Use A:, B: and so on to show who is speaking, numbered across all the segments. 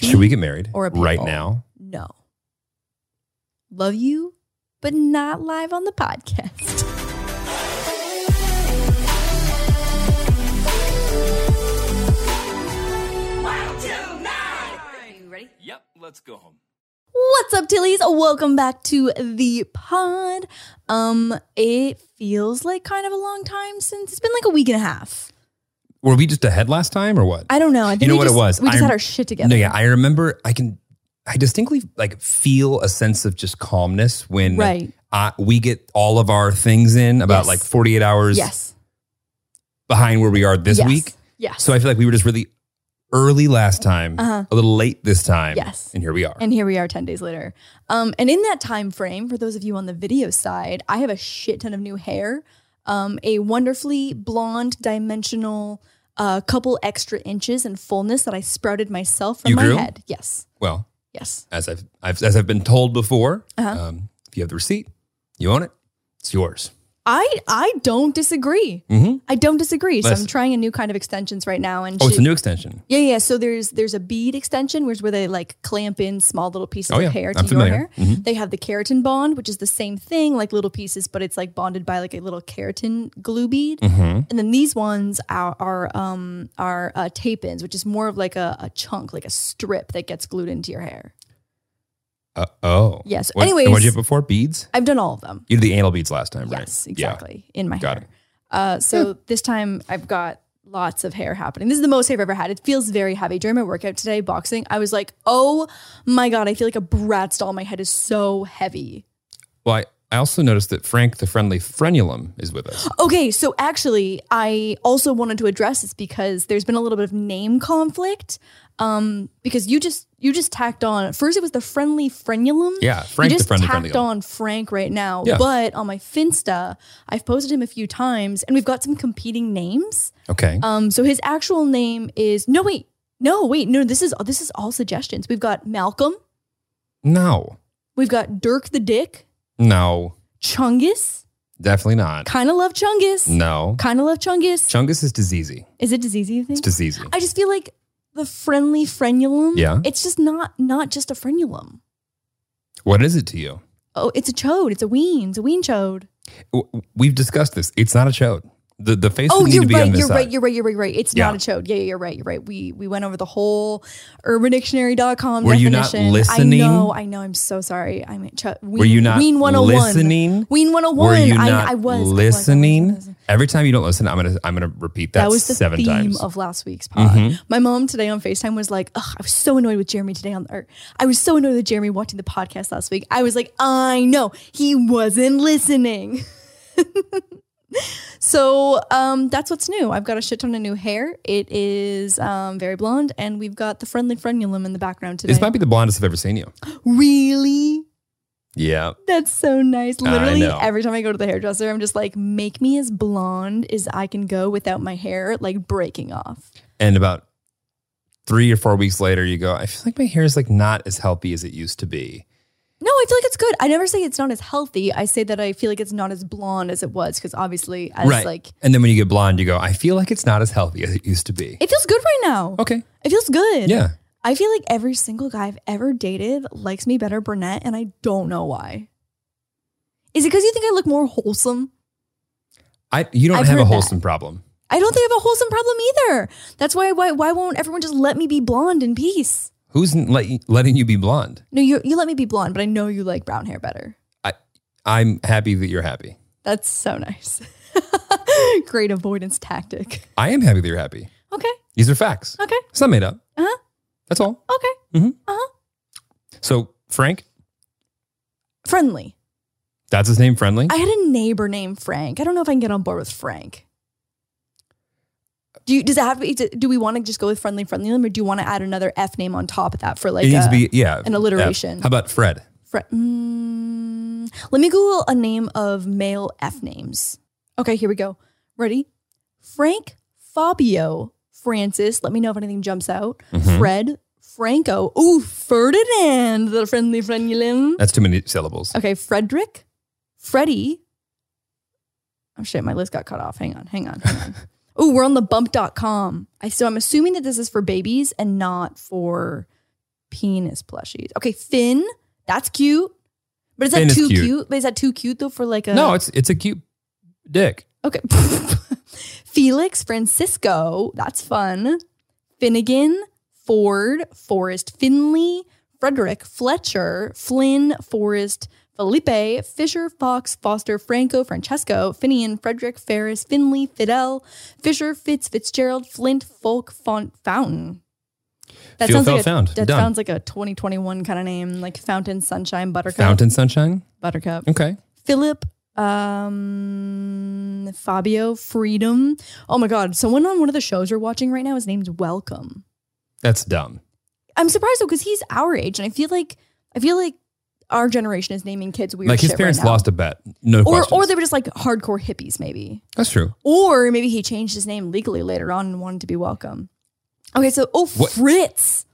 A: Should we get married
B: Or a
A: right
B: people.
A: now?
B: No. Love you, but not live on the podcast.
C: Yep, let's go home.
B: What's up, Tillies? Welcome back to the pod. Um, it feels like kind of a long time since it's been like a week and a half.
A: Were we just ahead last time or what?
B: I don't know. I think
A: You know
B: we
A: what it
B: just-
A: was?
B: We just
A: I'm-
B: had our shit together.
A: No, yeah, I remember. I can, I distinctly like feel a sense of just calmness when
B: Right.
A: I, we get all of our things in about
B: Yes.
A: like 48 hours
B: Yes.
A: behind where we are this
B: Yes.
A: week.
B: Yes.
A: So I feel like we were just really early last time,
B: Uh-huh.
A: a little late this time.
B: Yes.
A: and here we are.
B: and here we are 10 days later. Um, and in that time frame, for those of you on the video side, I have a shit ton of new hair, um, a wonderfully blonde, dimensional, uh, couple extra inches in fullness that I sprouted myself from
A: You
B: my
A: grew?
B: head. Yes,
A: well,
B: yes.
A: as I've, I've as I've been told before,
B: Uh-huh.
A: um, if you have the receipt, you own it. It's yours.
B: I I don't disagree.
A: Mm-hmm.
B: I don't disagree. So I'm
A: Listen.
B: trying a new kind of extensions right now, and
A: Oh, it's
B: she-
A: a new extension.
B: yeah, yeah. So there's there's a bead extension, which is where they like clamp in small little pieces
A: Oh yeah,
B: of hair to
A: I'm
B: your
A: familiar.
B: hair.
A: Mhm.
B: They have the keratin bond, which is the same thing, like little pieces, but it's like bonded by like a little keratin glue bead.
A: Mhm.
B: And then these ones are are um are uh, tape ins, which is more of like a, a chunk, like a strip that gets glued into your hair.
A: Uh, oh.
B: Yes.
A: What,
B: Anyways-
A: What did you have before? Beads?
B: I've done all of them.
A: You did the anal beads last time, right?
B: Yes,
A: Yeah.
B: exactly. In my
A: Got
B: hair. Uh, so this time I've got lots of hair happening. This is the most hair I've ever had. It feels very heavy. During my workout today, boxing, I was like, oh my God, I feel like a brat doll. My head is so heavy.
A: Well, I, I also noticed that Frank the Friendly Frenulum is with us.
B: Okay, so actually, I also wanted to address this because there's been a little bit of name conflict. Um, because you just you just tacked on first it was the friendly frenulum.
A: Yeah, Frank
B: you
A: the
B: just
A: Friendly
B: tacked
A: Frenulum.
B: on Frank right now.
A: Yeah.
B: But on my Finsta, I've posted him a few times, and we've got some competing names.
A: Okay.
B: Um, so his actual name is no wait, no wait, no. This is this is all suggestions. We've got Malcolm,
A: no.
B: we've got Dirk the Dick,
A: No.
B: Chungus.
A: Definitely not.
B: Kind of love Chungus.
A: No.
B: Kind of love Chungus.
A: Chungus is diseasy.
B: is it disease? You
A: It's
B: think?
A: diseasy.
B: I just feel like the friendly frenulum.
A: Yeah.
B: It's just not not just a frenulum.
A: What is it to you?
B: Oh, it's a chode. It's a ween. It's a ween chode.
A: W- We've discussed this. It's not a chode. The the face
B: Oh,
A: would need
B: you're
A: to be on
B: right.
A: this
B: You're
A: side.
B: right. You're right. You're right. You're right. It's
A: Yeah.
B: not a chode. Yeah, yeah, you're right. You're right. We we went over the whole UrbanDictionary.com.
A: Were you not
B: definition.
A: listening?
B: I know. I know. I'm so sorry. I mean, cho- ween,
A: Were you not
B: Ween 101.
A: listening?
B: Ween 101.
A: Were you
B: I,
A: not
B: I was I was, I was, I was.
A: listening? Every time you don't listen, I'm gonna I'm gonna repeat that,
B: That was the
A: seven
B: theme
A: times.
B: of last week's pod.
A: Mhm.
B: My mom today on FaceTime was like, Ugh, I was so annoyed with Jeremy today on or I was so annoyed with Jeremy watching the podcast last week. I was like, I know, he wasn't listening. so um, that's what's new. I've got a shit ton of new hair. It is um, very blonde, and we've got the friendly frenulum in the background today.
A: this might be the blondest I've ever seen you.
B: really?
A: Yeah.
B: That's so nice.
A: I
B: Literally
A: know.
B: every time I go to the hairdresser, I'm just like, make me as blonde as I can go without my hair like breaking off.
A: And about three or four weeks later, you go, I feel like my hair is like not as healthy as it used to be.
B: No, I feel like it's good. I never say it's not as healthy. I say that I feel like it's not as blonde as it was because obviously, as
A: right.
B: like,
A: and then when you get blonde, you go, I feel like it's not as healthy as it used to be.
B: it feels good right now.
A: okay.
B: It feels good.
A: Oh. Yeah.
B: I feel like every single guy I've ever dated likes me better brunette, and I don't know why. Is it because you think I look more wholesome?
A: I you don't
B: I've
A: have a
B: heard that.
A: wholesome problem.
B: I don't think I have a wholesome problem either. That's why why why won't everyone just let me be blonde in peace?
A: Who's n- let, letting you be blonde?
B: No, you you let me be blonde, but I know you like brown hair better.
A: I'm happy that you're happy.
B: That's so nice. Great avoidance tactic.
A: I am happy that you're happy.
B: Okay.
A: These are facts.
B: Okay.
A: It's not made up.
B: Uh-huh.
A: That's all.
B: Okay.
A: So Frank,
B: Friendly.
A: that's his name. Friendly.
B: I had a neighbor named Frank. I don't know if I can get on board with Frank. Do you, does it have to be? Do we want to just go with friendly, friendly limb, or do you want to add another F name on top of that for like
A: it needs to
B: a,
A: be yeah
B: an alliteration?
A: F. How about Fred?
B: Fre- mm, let me Google a name of male F names. Okay, here we go. Ready? Frank, Fabio, Francis. Let me know if anything jumps out.
A: Mhm.
B: Fred, Franco. Ooh, Ferdinand, the friendly, friendly limb.
A: That's too many syllables.
B: Okay, Frederick, Freddie. Oh shit, my list got cut off. Hang on, hang on, hang on. oh, we're on the bump.com. I so I'm assuming that this is for babies and not for penis plushies. Okay, Finn, that's cute. But is that
A: Finn is
B: too cute.
A: cute.
B: But is that too cute though for like a
A: No, it's it's a cute dick.
B: Okay. Felix Francisco, that's fun. Finnegan, Ford, Forrest Finley, Frederick Fletcher, Flynn, Forrest, Felipe, Fisher, Fox, Foster, Franco, Francesco, Finian, Frederick, Ferris, Finley, Fidel, Fisher, Fitz, Fitzgerald, Flint, Folk, Font, Fountain. That
A: Feel,
B: sounds
A: felt,
B: like a,
A: found.
B: that
A: Done.
B: sounds like a 2021 kind of name, like Fountain, Sunshine, Buttercup,
A: Fountain Sunshine.
B: Buttercup.
A: Okay.
B: Philip, um, Fabio, Freedom. Oh my God. Someone on one of the shows you're watching right now, his name's Welcome.
A: That's dumb.
B: I'm surprised though, because he's our age. And I feel like, I feel like our generation is naming kids weird
A: like his
B: shit
A: parents
B: right now.
A: lost a bet. No
B: Or,
A: questions.
B: or they were just like hardcore hippies, maybe.
A: That's true.
B: Or maybe he changed his name legally later on and wanted to be welcome. Okay, so oh
A: What-
B: Fritz,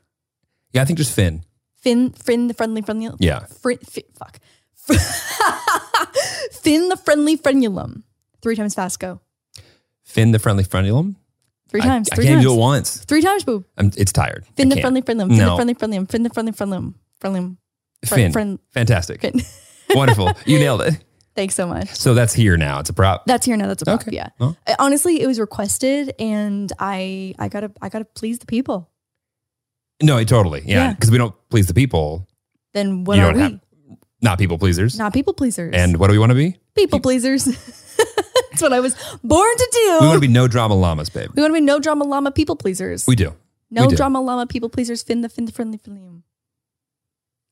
A: Yeah, I think just Finn.
B: Finn, Finn, the friendly, friendly,
A: Yeah.
B: Fri fi- fuck, Finn the friendly frenulum. Three times fast, go.
A: Finn the friendly frenulum.
B: Three times.
A: I,
B: three
A: I can't
B: times.
A: do it once.
B: Three times, boo.
A: I'm, it's tired. I
B: Fin the
A: can't.
B: friendly friendly. Fin the
A: No.
B: friendly friendly. Fin the friendly friendly. Friendly.
A: Finn.
B: Friend.
A: Fantastic.
B: Fin.
A: Wonderful. You nailed it.
B: Thanks so much.
A: So that's here now. It's a prop.
B: That's here now. That's a prop.
A: Okay.
B: Yeah.
A: Well.
B: I- honestly, it was requested, and I I gotta I gotta please the people.
A: no, it totally. Yeah.
B: Yeah.
A: Because we don't please the people.
B: Then what
A: you
B: are
A: don't
B: we?
A: have not people pleasers.
B: Not people pleasers.
A: and what do we want to be?
B: people pleasers. That's what I was born to do.
A: We want to be no drama llamas, babe.
B: We want to be no drama llama people pleasers.
A: We do.
B: no
A: do.
B: drama llama people pleasers. Fin the fin the friendly friendly.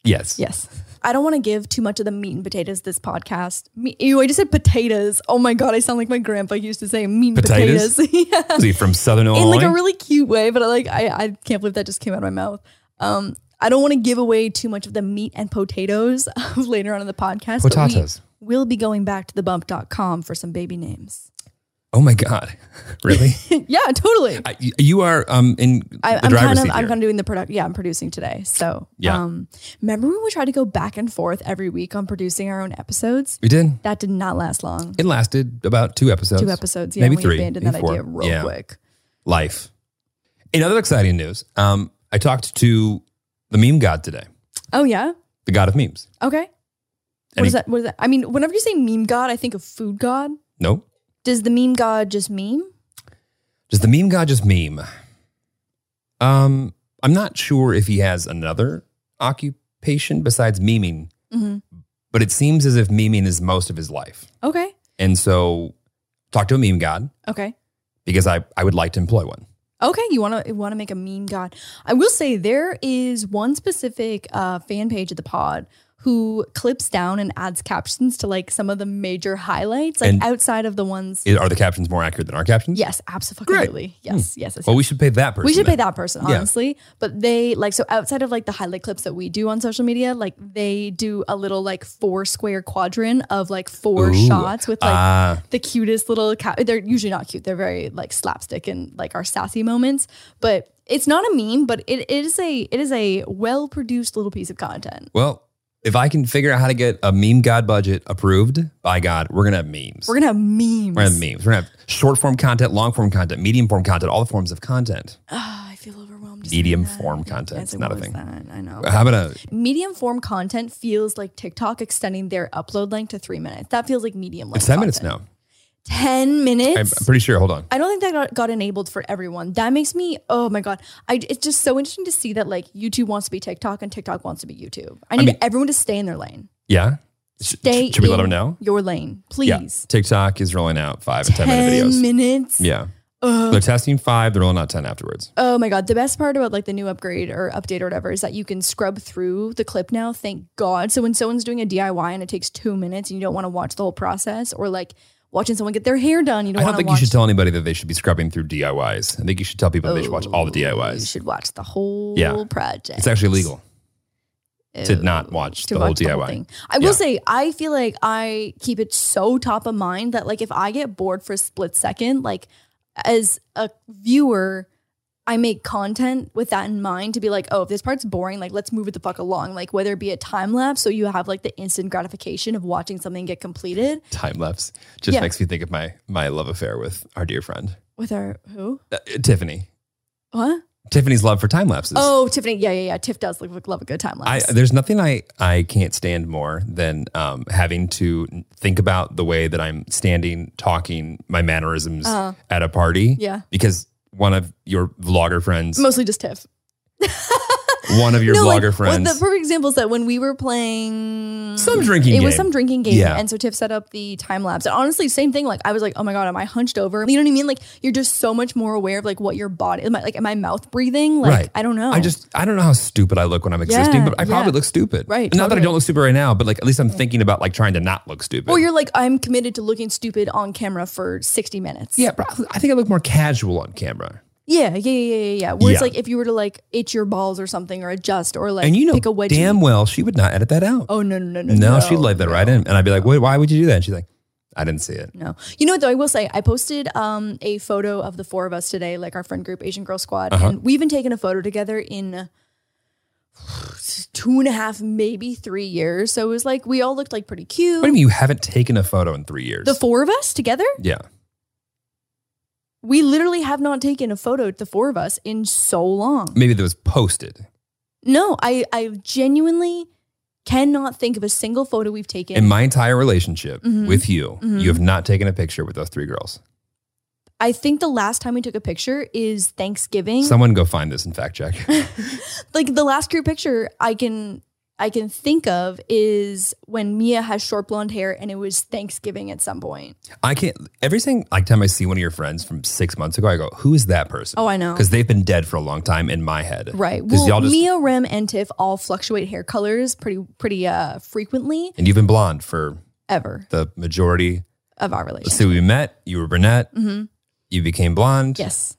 A: Yes.
B: Yes. I don't want to give too much of the meat and potatoes this podcast. Me, ew, I just said potatoes. Oh my God, I sound like my grandpa used to say meat and
A: Potatoes?
B: potatoes. yeah.
A: Is he from Southern
B: In
A: Illinois?
B: like a really cute way, but I like I, I can't believe that just came out of my mouth. Um, I don't want to give away too much of the meat and potatoes of later on in the podcast. but we
A: Potatoes.
B: will be going back to thebump.com for some baby names.
A: Oh my God. really?
B: yeah, totally.
A: I, you are um in
B: I,
A: the
B: I'm
A: driver's
B: kind of
A: seat
B: I'm
A: here.
B: kind of doing the product. Yeah, I'm producing today. So
A: Yeah.
B: um, remember when we tried to go back and forth every week on producing our own episodes?
A: we did.
B: That did not last long.
A: It lasted about two episodes.
B: Two episodes. Yeah,
A: Maybe
B: we
A: three,
B: abandoned
A: maybe
B: that
A: four.
B: idea real
A: Yeah.
B: quick.
A: Life. In other exciting news, um, I talked to the meme god today,
B: Oh yeah.
A: the god of memes.
B: Okay. What
A: Any-
B: is that? What is that? I mean, whenever you say meme god, I think of food god.
A: No,
B: Does the meme god just meme?
A: does the meme god just meme? Um, I'm not sure if he has another occupation besides memeing,
B: hmm
A: but it seems as if memeing is most of his life.
B: Okay.
A: And so, talk to a meme god
B: Okay.
A: because I I would like to employ one.
B: Okay, you want to want to make a meme god. I will say there is one specific uh, fan page of the pod who clips down and adds captions to like some of the major highlights, like
A: And-
B: outside of the ones.
A: I- Are the captions more accurate than our captions?
B: yes, absolutely. Yes, yes, yes.
A: Well, we should pay that person.
B: we should pay
A: then.
B: that person
A: Yeah.
B: honestly but they like so outside of like the highlight clips that we do on social media like they do a little like four square quadrant of like four
A: Ooh.
B: shots with like
A: Ah.
B: the cutest little cat they're usually not cute they're very like slapstick and like our sassy moments but it's not a meme but it, it is a it is a well produced little piece of content
A: Well, if I can figure out how to get a meme god budget approved by God, we're gonna have memes.
B: we're gonna have memes
A: We're gonna have memes. We're gonna have short form content, long form content, medium form content, all the forms of content.
B: Ah, i feel overwhelmed just
A: Medium
B: saying that.
A: form
B: As
A: content.
B: I
A: It's not a
B: was
A: thing.
B: that, i know
A: How about a
B: medium form content feels like tiktok extending their upload length to three minutes that feels like medium length
A: it's ten minutes now?
B: content. 10 minutes
A: I'm pretty sure. Hold on.
B: I don't think that got, got enabled for everyone. That makes me, oh my God. I, it's just so interesting to see that like YouTube wants to be TikTok and TikTok wants to be YouTube. I need
A: mean-
B: everyone to stay in their lane.
A: Yeah. Sh-
B: Stay
A: sh- should we let
B: in
A: them know?
B: Your lane,
A: Yeah.
B: please.
A: TikTok is rolling out five and ten minute
B: 10
A: videos.
B: minutes.
A: Yeah.
B: Ugh.
A: They're testing five. They're rolling out ten afterwards.
B: Oh my God. The best part about like the new upgrade or update or whatever is that you can scrub through the clip now. Thank God. So when someone's doing a DIY and it takes two minutes and you don't want to watch the whole process or like watching someone get their hair done, you
A: I
B: don't
A: don't
B: want to
A: think
B: watch.
A: you should tell anybody that they should be scrubbing through DIYs. I think you should tell people they should watch all
B: Oh,
A: the
B: You
A: DIYs.
B: should watch the whole
A: Yeah.
B: project.
A: It's actually legal. to
B: Ew.
A: not watch
B: to
A: the whole
B: watch
A: DIY.
B: thing. I will
A: Yeah.
B: say, I feel like I keep it so top of mind that like if I get bored for a split second, like as a viewer, I make content with that in mind to be like, oh, if this part's boring, like let's move it the fuck along. Like whether it be a time lapse, so you have like the instant gratification of watching something get completed
A: Time lapse just
B: Yeah.
A: makes me think of my my love affair with our dear friend
B: with our who?
A: uh, Tiffany.
B: What?
A: Tiffany's love for time lapses.
B: Oh, Tiffany. Yeah, yeah, yeah. Tiff does look, love a good time
A: I,
B: lapse.
A: there's nothing I, I can't stand more than um, having to think about the way that I'm standing, talking, my mannerisms
B: Uh-huh.
A: at a party.
B: Yeah.
A: Because one of your vlogger friends,
B: Mostly just Tiff.
A: one of your
B: No, like,
A: vlogger
B: well,
A: friends,
B: the perfect example is that when we were playing
A: some drinking
B: it
A: game.
B: was some drinking game,
A: Yeah.
B: and so Tiff set up the time lapse. And honestly, same thing. Like I was like, oh my god, am I hunched over? You know what I mean? Like you're just so much more aware of like what your body, am I, like am I mouth breathing? Like
A: Right.
B: I don't know.
A: I just I don't know how stupid I look when I'm existing,
B: Yeah,
A: but I probably
B: yeah.
A: look stupid.
B: Right,
A: Not that I
B: totally.
A: don't look stupid right now, but like at least I'm thinking about like trying to not look stupid.
B: or you're like, I'm committed to looking stupid on camera for 60 minutes.
A: yeah, but I think I look more casual on camera.
B: Yeah, yeah, yeah, yeah, yeah. Where
A: Yeah.
B: it's like if you were to like itch your balls or something or adjust or like
A: and you know
B: pick a wedgie.
A: damn well she would not edit that out.
B: oh no, no, no, no.
A: no, she'd leave that right in. And I'd be like, Wait, why would you do that? And she's like, I didn't see it.
B: No. You know what though, I will say I posted um a photo of the four of us today, like our friend group, Asian Girl Squad,
A: Uh-huh.
B: and we even taken a photo together in two and a half, maybe three years. So it was like we all looked like pretty cute.
A: What do you mean you haven't taken a photo in three years?
B: The four of us together?
A: yeah.
B: We literally have not taken a photo, the four of us, in so long.
A: Maybe that was posted.
B: No, I I genuinely cannot think of a single photo we've taken.
A: In my entire relationship
B: Mhm.
A: with you,
B: Mhm.
A: you have not taken a picture with those three girls.
B: I think the last time we took a picture is Thanksgiving.
A: Someone go find this and fact check.
B: like the last group picture I can I can think of is when Mia has short blonde hair and it was Thanksgiving at some point.
A: I can't. Every single like time I see one of your friends from six months ago, I go, "Who is that person?"
B: Oh, I know.
A: because they've been dead for a long time in my head.
B: Right.
A: Because
B: Well,
A: y'all just
B: Mia, Rem, and Tiff all fluctuate hair colors pretty pretty uh frequently
A: and you've been blonde for
B: ever
A: the majority.
B: of our
A: Let's
B: relationship.
A: see, we met. You were brunette.
B: hmm
A: You became blonde.
B: Yes.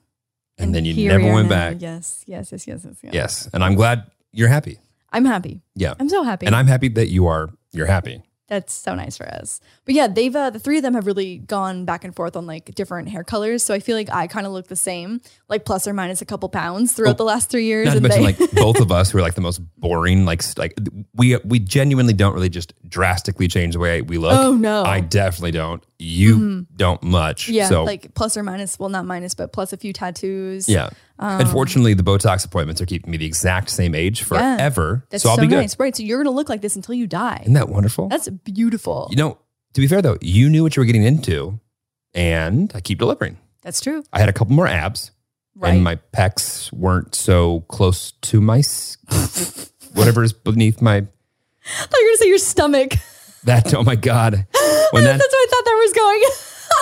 A: And, then you
B: here
A: never
B: we are
A: went
B: now.
A: back.
B: Yes. Yes. Yes. Yes. Yes. yes.
A: Yes. And I'm glad you're happy.
B: I'm happy.
A: Yeah.
B: I'm so happy.
A: And I'm happy that you are. You're happy.
B: That's so nice for us. But yeah, they've uh, the three of them have really gone back and forth on like different hair colors. So I feel like I kind of look the same, like plus or minus a couple pounds throughout
A: Oh,
B: the last three years.
A: Not to
B: and
A: mention,
B: they-
A: like both of us who are like the most boring. Like, s- like we we genuinely don't really just drastically change the way we look.
B: oh no,
A: I definitely don't. You
B: Mhm.
A: don't much.
B: yeah,
A: So
B: like plus or minus. Well, not minus, but plus a few tattoos.
A: yeah.
B: Um,
A: Unfortunately, the Botox appointments are keeping me the exact same age
B: Yeah.
A: forever.
B: that's
A: so
B: so,
A: I'll be good.
B: nice, right? So you're gonna look like this until you die.
A: Isn't that wonderful?
B: That's beautiful.
A: you know, to be fair though, you knew what you were getting into, and I keep delivering.
B: that's true,
A: I had a couple more abs,
B: right?
A: and my pecs weren't so close to my s- whatever's beneath my.
B: I thought you were gonna say your stomach.
A: That oh my god! When that
B: that's where I thought that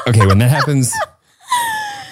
B: was going.
A: okay, when that happens,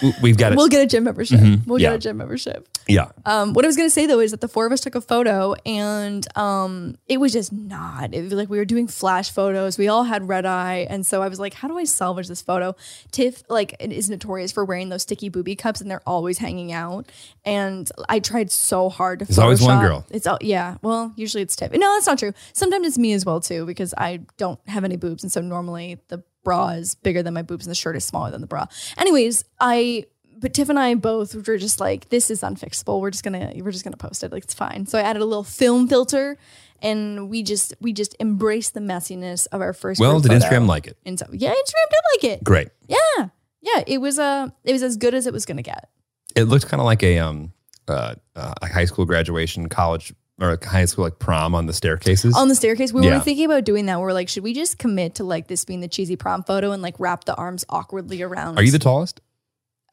A: w- we've got it.
B: we'll get a gym membership.
A: Mhm,
B: We'll
A: yeah.
B: get a gym membership.
A: yeah,
B: Um, what I was gonna say though is that the four of us took a photo, and um, it was just not. It was like we were doing flash photos. We all had red eye, and so I was like, "How do I salvage this photo?" Tiff like is notorious for wearing those sticky booby cups, and they're always hanging out. And I tried so hard to.
A: There's always one
B: Photoshop.
A: girl.
B: It's all yeah. Well, usually it's Tiff. No, that's not true. Sometimes it's me as well too, because I don't have any boobs, and so normally the bra is bigger than my boobs, and the shirt is smaller than the bra. Anyways, I but Tiff and I both were just like, this is unfixable. We're just gonna we're just gonna post it. Like it's fine. So I added a little film filter, and we just we just embraced the messiness of our first.
A: well,
B: group
A: did
B: photo.
A: Instagram like it?
B: And so yeah, Instagram did like it.
A: Great.
B: Yeah, yeah. It was uh it was as good as it was gonna get.
A: It looked kind of like a um uh, uh a high school graduation, college or a high school like prom on the staircases.
B: on the staircase. We
A: Yeah.
B: were thinking about doing that. We are like, should we just commit to like this being the cheesy prom photo and like wrap the arms awkwardly around
A: Are you the tallest?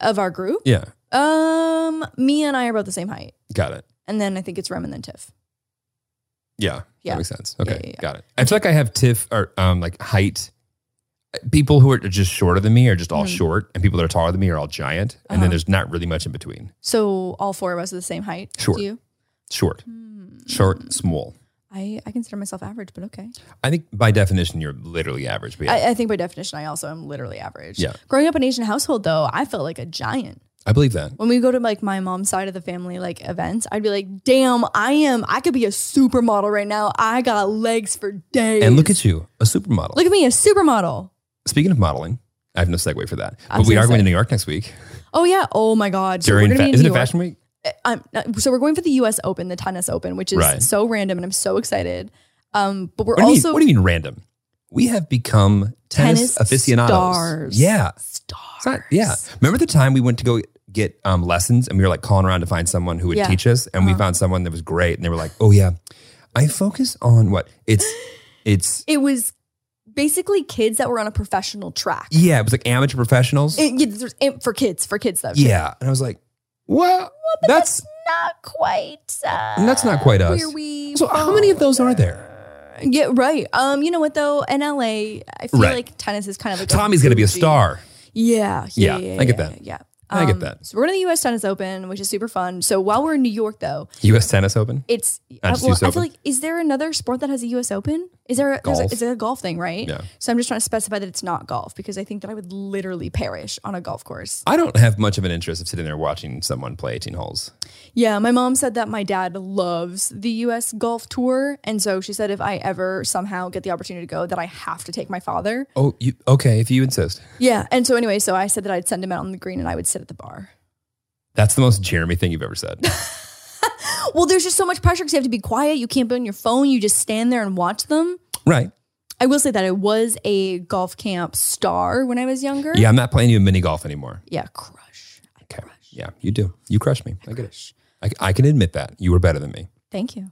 B: of our group?
A: Yeah,
B: Um, me and I are about the same height,
A: got it.
B: and then I think it's Rem and then Tiff.
A: Yeah,
B: Yeah.
A: that makes sense. Okay,
B: yeah, yeah.
A: got it. I feel like I have TIFF or um like height. People who are just shorter than me are just all
B: Mhm.
A: short, and people that are taller than me are all giant. And
B: Uh-huh.
A: then there's not really much in between.
B: So all four of us are the same height.
A: Sure.
B: Do you?
A: Short,
B: Hmm.
A: short, small.
B: I, I consider myself average, but okay.
A: I think by definition you're literally average. But yeah.
B: I, I think by definition, I also am literally average.
A: Yeah.
B: Growing up in an Asian household, though, I felt like a giant.
A: I believe that.
B: when we go to like my mom's side of the family like events, I'd be like, damn, I am, I could be a supermodel right now. I got legs for days.
A: And look at you, a supermodel.
B: look at me, a supermodel.
A: Speaking of modeling, I have no segue for that.
B: I was
A: but we
B: gonna
A: are going
B: say-
A: to New York next week
B: Oh yeah. Oh my God. So
A: during
B: we're gonna
A: fa-
B: be in
A: isn't
B: New
A: it
B: York.
A: Fashion Week?
B: Uh, I'm not- so we're going for the U.S. Open, the tennis Open, which is
A: Right.
B: so random, and I'm so excited. Um, but we're
A: What do, you
B: also
A: mean, what do you mean random? We have become tennis,
B: tennis
A: aficionados.
B: stars.
A: Yeah.
B: stars.
A: It's not- yeah. Remember the time we went to go get um, lessons, and we were like calling around to find someone who would
B: Yeah.
A: teach us, and we
B: Uh-huh.
A: found someone that was great, and they were like, "Oh yeah, I focus on what it's it's
B: It was basically kids that were on a professional track.
A: yeah, it was like amateur professionals,
B: It- yeah, there's- it- for kids, for kids though.
A: yeah," and I was like, "Well,
B: but
A: that's
B: not quite. Uh,
A: That's not quite us.
B: Where we
A: So uh, how many of those are there?
B: Yeah, right. Um, you know what though? In LA, I feel
A: Right.
B: like tennis is kind of like a
A: Tommy's gonna be a
B: bougie-
A: star."
B: Yeah,
A: Yeah,
B: yeah, yeah,
A: I get
B: yeah,
A: that.
B: Yeah, Um,
A: I get that.
B: So we're in the U.S. Tennis Open, which is super fun. So while we're in New York, though,
A: U.S. Tennis Open.
B: it's
A: I
B: I,
A: just
B: well,
A: use
B: I
A: open.
B: feel like is there another sport that has a U.S. Open? Is there? A, there's a,
A: Golf.
B: is there a golf thing, right?
A: Yeah.
B: So I'm just trying to specify that it's not golf because I think that I would literally perish on a golf course.
A: I don't have much of an interest of sitting there watching someone play 18 holes.
B: Yeah, my mom said that my dad loves the U.S. golf tour, and so she said if I ever somehow get the opportunity to go, that I have to take my father.
A: Oh, you okay? If you insist,
B: Yeah, and so anyway, so I said that I'd send him out on the green and I would sit at the bar.
A: that's the most Jeremy thing you've ever said.
B: Well, there's just so much pressure because you have to be quiet. You can't be on your phone. You just stand there and watch them.
A: right?
B: I will say that I was a golf camp star when I was younger.
A: Yeah, I'm not playing you in mini golf anymore.
B: Yeah, crush. I
A: Okay.
B: crush.
A: Yeah, you do. You crush me. I get it.
B: Crush.
A: I, I can admit that you were better than me.
B: Thank you.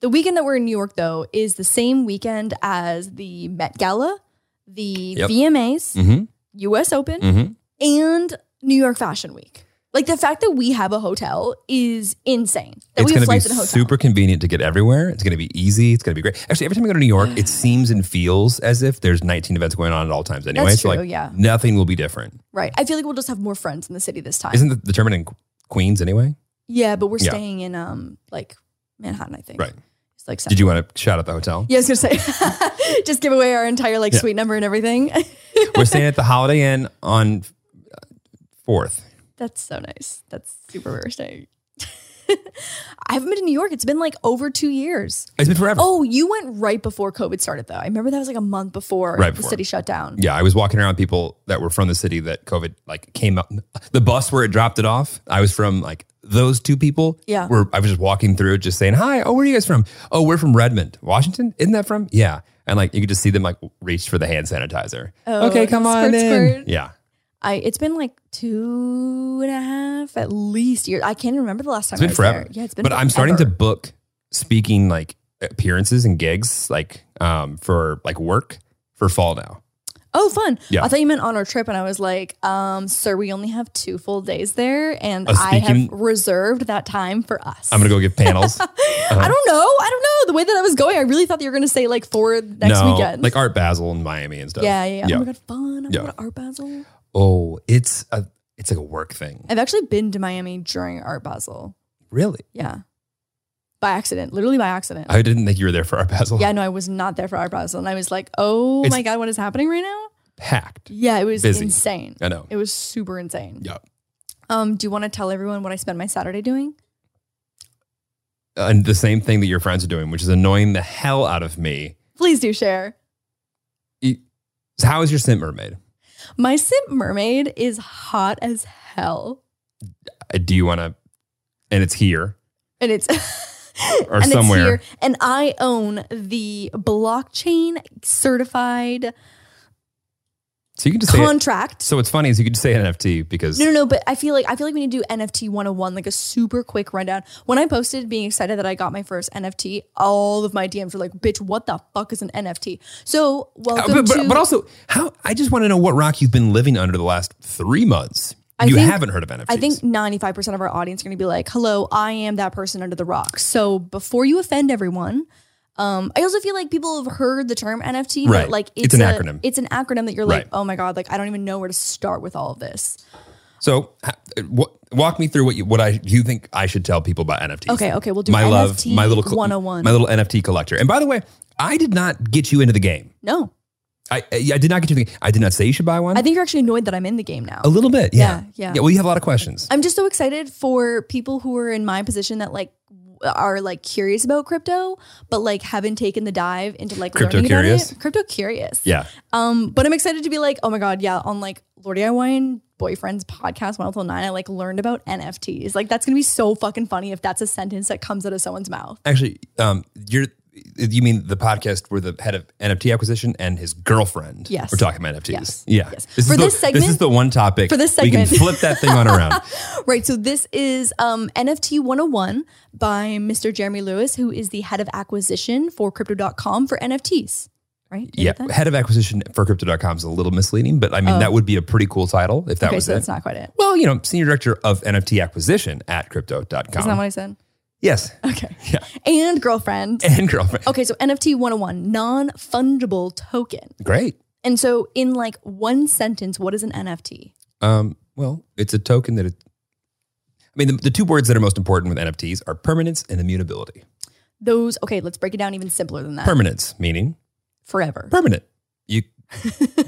B: The weekend that we're in New York, though, is the same weekend as the Met Gala, the
A: Yep.
B: VMAs,
A: Mm-hmm.
B: US Open,
A: Mm-hmm.
B: and New York Fashion Week. Like the fact that we have a hotel is insane. That
A: it's
B: we have
A: going to be
B: flights in a hotel.
A: super convenient to get everywhere. It's going to be easy. It's going to be great. Actually, every time I go to New York, it seems and feels as if there's 19 events going on at all times. Anyway,
B: That's
A: so
B: true,
A: like
B: yeah.
A: nothing will be different.
B: right. I feel like we'll just have more friends in the city this time.
A: Isn't the, the tournament in Qu- Queens anyway?
B: Yeah, but we're
A: Yeah.
B: staying in um like Manhattan, I think.
A: Right.
B: It's like
A: Did you want to shout out the hotel?
B: Yeah, I was gonna say just give away our entire like
A: Yeah.
B: suite number and everything.
A: We're staying at the Holiday Inn on uh, Fourth.
B: That's so nice. That's super where we're staying. I haven't been to New York. It's been like over two years.
A: It's been forever.
B: Oh, you went right before COVID started, though. I remember that was like a month before,
A: Right
B: the
A: before.
B: city shut down.
A: Yeah, I was walking around people that were from the city that COVID like came up. The bus where it dropped it off, I was from like those two people.
B: Yeah.
A: were I was just walking through, just saying hi. Oh, where are you guys from? Oh, we're from Redmond, Washington. Isn't that from? Yeah, and like you could just see them like reach for the hand sanitizer.
B: Oh,
A: okay, come on
B: squirt,
A: in.
B: squirt.
A: Yeah,
B: I it's been like two and a half at least years. I can't remember the last time
A: it's been
B: I was
A: forever.
B: there. Yeah, it's been.
A: But I'm starting to
B: forever.
A: book speaking like appearances and gigs like um for like work for fall now.
B: Oh, fun.
A: Yeah.
B: I thought you meant on our trip, and I was like, um, sir, we only have two full days there, and
A: A
B: I have
A: Uh, speaking-
B: reserved that time for us.
A: I'm gonna go uh-huh. give panels.
B: I don't know. I don't know. The way that I was going, I really thought that you were going to say like for next
A: no,
B: weekend.
A: like Art Basel in Miami and stuff.
B: yeah, yeah, yeah.
A: Yeah.
B: Oh my God, fun. I'm
A: Yeah.
B: going to Art Basel.
A: Oh, it's a it's like a work thing.
B: I've actually been to Miami during Art Basel.
A: Really?
B: Yeah. By accident, literally by accident.
A: I didn't think you were there for our Basel.
B: yeah, no, I was not there for Art Basel. And I was like, oh
A: It's-
B: my God, what is happening right now?
A: Packed.
B: Yeah, it was
A: Busy.
B: insane.
A: I know.
B: It was super insane.
A: Yeah.
B: Um, do you want to tell everyone what I spent my Saturday doing?
A: And the same thing that your friends are doing, which is annoying the hell out of me.
B: Please do share.
A: So how is your scent mermaid?
B: My Simp Mermaid is hot as hell.
A: Uh, Do you want to? And it's here.
B: and it's
A: Or somewhere.
B: And I own the blockchain certified
A: So you can just say. It.
B: contract.
A: So what's funny is you can just say NFT because
B: No, no, no. But I feel like I feel like we need to do NFT 101, like a super quick rundown. When I posted being excited that I got my first NFT, all of my DMs were like, "Bitch, what the fuck is an NFT?" So
A: Uh,
B: welcome
A: but,
B: to.
A: but, but also how I just want to know what rock you've been living under the last three months.
B: I
A: you
B: think-
A: haven't heard of NFTs.
B: I think 95% of our audience are going to be like, hello, I am that person under the rock. So before you offend everyone, um, I also feel like people have heard the term NFT,
A: Right.
B: but like
A: It's an acronym.
B: It's an acronym that you're
A: Right.
B: like, oh my God, like I don't even know where to start with all of this.
A: so. ha- uh, What, walk me through what you what I you think I should tell people about NFTs.
B: Okay, okay, we'll do
A: my
B: NFT
A: love, my little co-
B: 101.
A: my little NFT collector. And by the way, I did not get you into the game.
B: no,
A: I I I did not get you. into The game. I did not say you should buy one.
B: I think you're actually annoyed that I'm in the game now.
A: a little bit. Yeah.
B: Yeah, yeah.
A: Well, you have a lot of questions.
B: I'm just so excited for people who are in my position that like w- are like curious about crypto, but like haven't taken the dive into like
A: Crypto
B: learning
A: curious?
B: about it. Crypto curious.
A: yeah.
B: Um, but I'm excited to be like, oh my god, yeah, on like Lordy Iwine boyfriend's podcast one till nine, I like learned about NFTs. Like that's gonna be so fucking funny if that's a sentence that comes out of someone's mouth.
A: Actually, um, you're You mean the podcast where the head of NFT acquisition and his girlfriend
B: Yes.
A: were talking about NFTs?
B: Yes.
A: Yeah.
B: Yes.
A: This
B: For
A: is the,
B: this segment-
A: this is the one topic.
B: For this
A: we can
B: segment.
A: flip that thing on around.
B: Right. So this is um, NFT 101 by Mr. Jeremy Lewis, who is the head of acquisition for crypto.com for NFTs. Right? Did I
A: yeah.
B: get that?
A: Head of acquisition for crypto.com is a little misleading, but I mean,
B: Oh.
A: that would be a pretty cool title if that
B: okay,
A: was
B: so
A: it.
B: that's not quite it.
A: well, you know, senior director of NFT acquisition at crypto.com.
B: Isn't that what I said?
A: yes.
B: Okay.
A: Um, Yeah.
B: And girlfriend.
A: And girlfriend.
B: Okay, Oh. so NFT 101, non fungible token.
A: Great.
B: And so, in like one sentence, what is an NFT?
A: Um, well, it's a token that it. I mean, the, the two words that are most important with NFTs are permanence and immutability.
B: Those, okay, let's break it down even simpler than that.
A: Permanence meaning
B: Forever.
A: permanent. You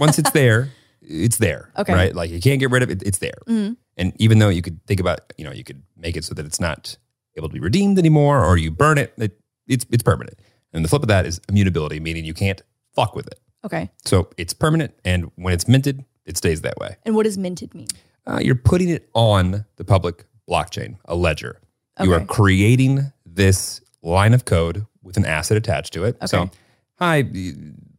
A: once it's there, it's there.
B: Okay.
A: Right. Like you can't get rid of it. It's there.
B: Mhm.
A: And even though you could think about, you know, you could make it so that it's not able to be redeemed anymore, or you burn it, it it's it's permanent. And the flip of that is immutability, meaning you can't fuck with it.
B: Okay.
A: So it's permanent, and when it's minted, it stays that way.
B: And what does minted mean?
A: Uh, you're putting it on the public blockchain, a ledger. You are
B: Okay.
A: creating this line of code with an asset attached to it. So,
B: Okay.
A: hi,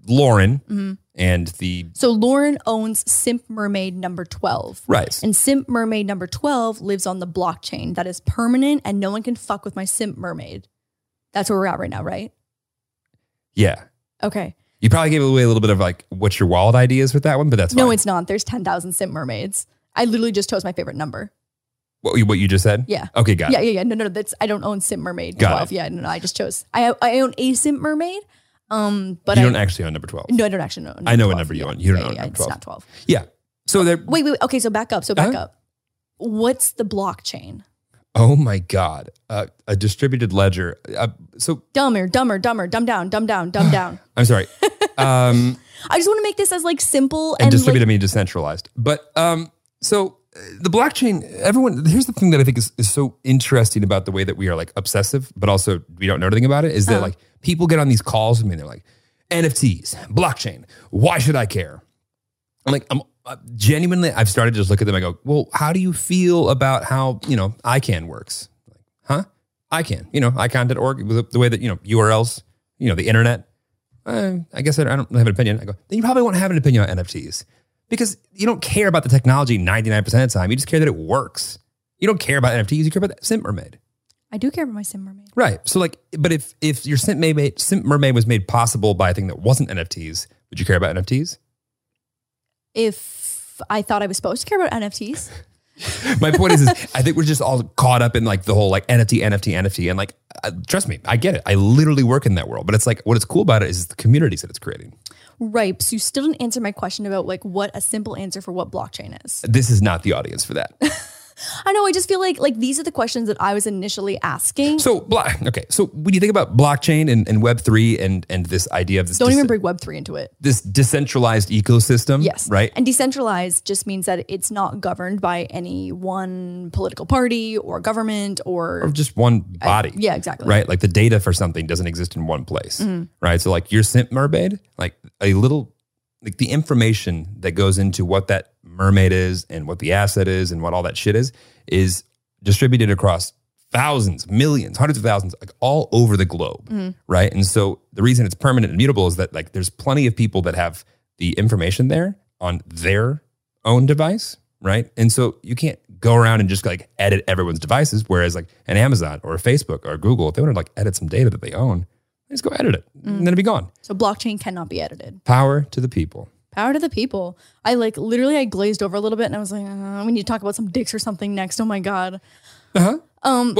A: Lauren,
B: Mhm.
A: and the
B: So, Lauren owns Simp Mermaid number 12.
A: right.
B: And Simp Mermaid number 12 lives on the blockchain. That is permanent and no one can fuck with my Simp Mermaid. That's where we're at right now, right?
A: Yeah,
B: Okay.
A: you probably gave away a little bit of like what's your wallet ideas with that one, but that's
B: No,
A: fine.
B: it's not. There's 10,000 Simp Mermaids. I literally just chose my favorite number.
A: what you, what you just said.
B: Yeah.
A: Okay, got
B: Yeah,
A: it.
B: yeah, yeah. No, no, that's I don't own Simp Mermaid
A: Got
B: twelve. Yeah, no, no, I just chose. I I own a Simp Mermaid. Um, but
A: you
B: I
A: don't actually own number twelve.
B: no, I don't actually know.
A: I know what number you own. You don't own number
B: it's
A: 12.
B: not twelve.
A: Yeah. So there.
B: Wait, wait, wait. Okay, so back up. So back
A: Uh-huh.
B: up. What's the blockchain?
A: Oh my God, uh, a distributed ledger. Uh, so
B: Dumber, dumber, dumber, dumb down, dumb down, dumb down.
A: I'm sorry. Um,
B: I just want to make this as like simple
A: and,
B: and,
A: distributed
B: like,
A: mean decentralized. But um, so uh, the blockchain, everyone. Here's the thing that I think is, is so interesting about the way that we are like obsessive, but also we don't know anything about it. Is that
B: Uh-huh.
A: like people get on these calls with me and they're like, NFTs, blockchain. Why should I care? I'm like, I'm uh, genuinely. I've started to just look at them. I go, well, how do you feel about how you know ICANN works? Like, huh? ICANN, you know, icon.org, with the, the way that you know URLs, you know, the internet uh, I guess I don't, I don't have an opinion. I go, then you probably won't have an opinion on NFTs because you don't care about the technology 99% of the time. You just care that it works. You don't care about NFTs. You care about that Simp Mermaid.
B: I do care about my Simp Mermaid.
A: Right. So like, but if, if your Simp Mermaid, Simp Mermaid was made possible by a thing that wasn't NFTs, would you care about NFTs?
B: If I thought I was supposed to care about NFTs,
A: My point is, is I think we're just all caught up in like the whole like NFT, NFT, NFT. And like, uh, trust me, I get it. I literally work in that world, but it's like, what is cool about it is the communities that it's creating.
B: right? So you still didn't answer my question about like what a simple answer for what blockchain is.
A: This is not the audience for that.
B: I know. I just feel like like these are the questions that I was initially asking.
A: So, block. Okay. So, when you think about blockchain and, and Web three and and this idea of this
B: Don't
A: dec-
B: even bring Web three into it.
A: this decentralized ecosystem,
B: Yes.
A: right?
B: And decentralized just means that it's not governed by any one political party or government or,
A: Or just one body,
B: yeah, Mm-hmm. exactly.
A: right? Like the data for something doesn't exist in one place, right? So, like your simp mermaid, like a little, like the information that goes into what that mermaid is and what the asset is and what all that shit is, is distributed across thousands, millions, hundreds of thousands, like all over the globe,
B: Mm-hmm.
A: right? And so the reason it's permanent and mutable is that like there's plenty of people that have the information there on their own device, right? And so you can't go around and just like edit everyone's devices. Whereas like an Amazon or a Facebook or Google, if they want to like edit some data that they own, they just go edit it and then it'd be gone.
B: So blockchain cannot be edited.
A: Power to the people.
B: Power to the people. I like literally I glazed over a little bit and I was like, uh, we need to talk about some dicks or something next. Oh my god.
A: Well,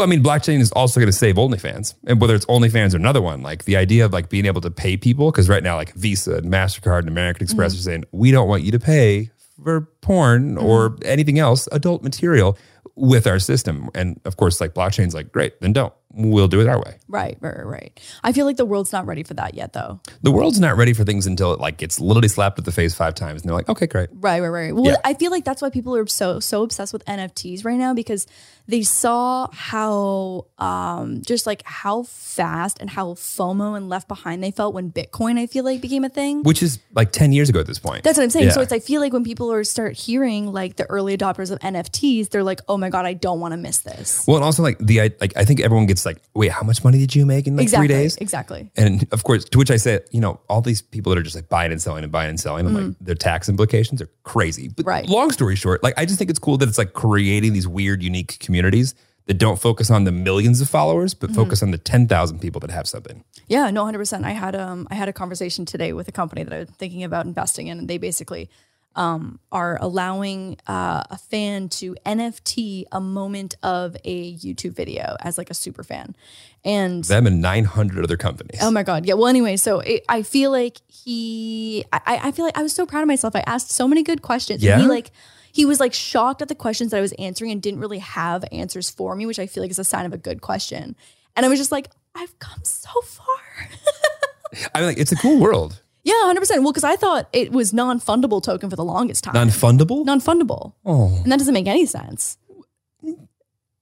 A: I mean, blockchain is also going to save OnlyFans, and whether it's OnlyFans or another one, like the idea of like being able to pay people, because right now, like Visa and Mastercard and American Express
B: Mm-hmm.
A: are saying we don't want you to pay for porn or anything else, adult material, with our system. And of course, like blockchain's like great, then don't. We'll do it our way.
B: Right, right, right, right. I feel like the world's not ready for that yet, though.
A: The world's not ready for things until it like gets literally slapped at the face five times, and they're like, okay, great.
B: Right, right, right. Well,
A: Yeah.
B: I feel like that's why people are so so obsessed with NFTs right now because they saw how um just like how fast and how FOMO and left behind they felt when Bitcoin I feel like became a thing.
A: Which is like ten years ago at this point.
B: That's what I'm saying. So
A: Yeah.
B: it's I feel like when people are start hearing like the early adopters of NFTs, they're like, "Oh my god, I don't want to miss this."
A: Well, and also like the I- like I think everyone gets it's like, wait, how much money did you make in like
B: exactly.
A: three days?
B: Exactly.
A: And of course, to which I say, you know, all these people that are just like buying and selling and buying and selling, I'm like, their tax implications are crazy. But
B: Right.
A: long story short, like I just think it's cool that it's like creating these weird, unique communities that don't focus on the millions of followers, but focus on the 10,000 people that have something.
B: Yeah, no, hundred percent. I had um I had a conversation today with a company that I'm thinking about investing in, and they basically um, are allowing uh, a fan to NFT a moment of a YouTube video as like a super fan, and
A: Them and 900 other companies.
B: Oh my god, yeah. Well, anyway, so it, I feel like he, I, I feel like I was so proud of myself. I asked so many good questions. And
A: Yeah?
B: he like, he was like shocked at the questions that I was answering and didn't really have answers for me, which I feel like is a sign of a good question. And I was just like, I've come so far.
A: I mean, like, it's a cool world.
B: yeah, hundred percent. Well, because I thought it was non-fundable token for the longest time.
A: Non fundable?
B: non-fundable,
A: oh,
B: and that doesn't make any sense.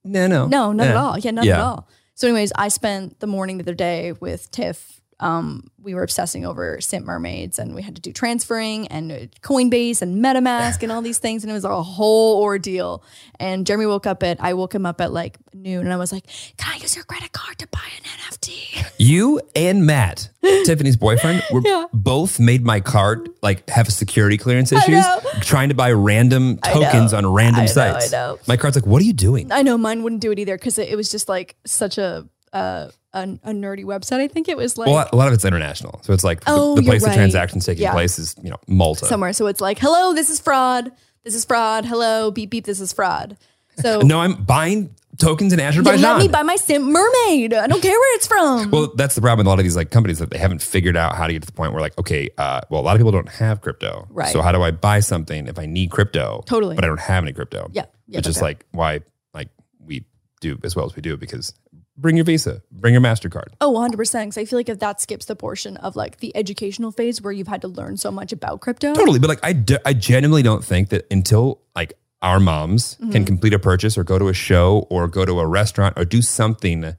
A: no, no.
B: No, not at
A: Yeah.
B: all. Yeah, not at
A: Yeah.
B: all. So, anyways, I spent the morning the other day with Tiff. Um, we were obsessing over Sint Mermaids and we had to do transferring and uh, Coinbase and MetaMask and all these things. And it was a whole ordeal. And Jeremy woke up at, I woke him up at like noon and I was like, Can I use your credit card to buy an NFT?
A: You and Matt, Tiffany's boyfriend, were
B: Yeah.
A: both made my card like have security clearance issues,
B: know.
A: trying to buy random
B: know.
A: tokens on random
B: I know,
A: sites.
B: I know.
A: My card's like, what are you doing?
B: I know mine wouldn't do it either because it, it was just like such a, uh, a, a nerdy website. I think it was like.
A: Well, a lot of it's international, so it's like the-
B: Oh,
A: the,
B: you're
A: place
B: right.
A: the transaction's taking
B: Yeah.
A: place is you know Malta.
B: somewhere. So it's like, hello, this is fraud. This is fraud. Hello, beep beep, this is fraud. So
A: No, I'm buying tokens in
B: Yeah,
A: Azerbaijan.
B: let me buy my Sim Mermaid. I don't care where it's from.
A: well, that's the problem with a lot of these like companies that they haven't figured out how to get to the point where like, okay, uh, well, a lot of people don't have crypto,
B: Right.
A: So how do I buy something if I need crypto?
B: Totally.
A: but I don't have any crypto.
B: yeah, yeah,
A: which
B: that's
A: is
B: it.
A: like why like we do as well as we do because bring your Visa, bring your Mastercard.
B: oh, 100. percent Because I feel like if that skips the portion of like the educational phase where you've had to learn so much about crypto,
A: Totally, but like I, d- I genuinely don't think that until like our moms
B: Mm-hmm.
A: can complete a purchase or go to a show or go to a restaurant or do something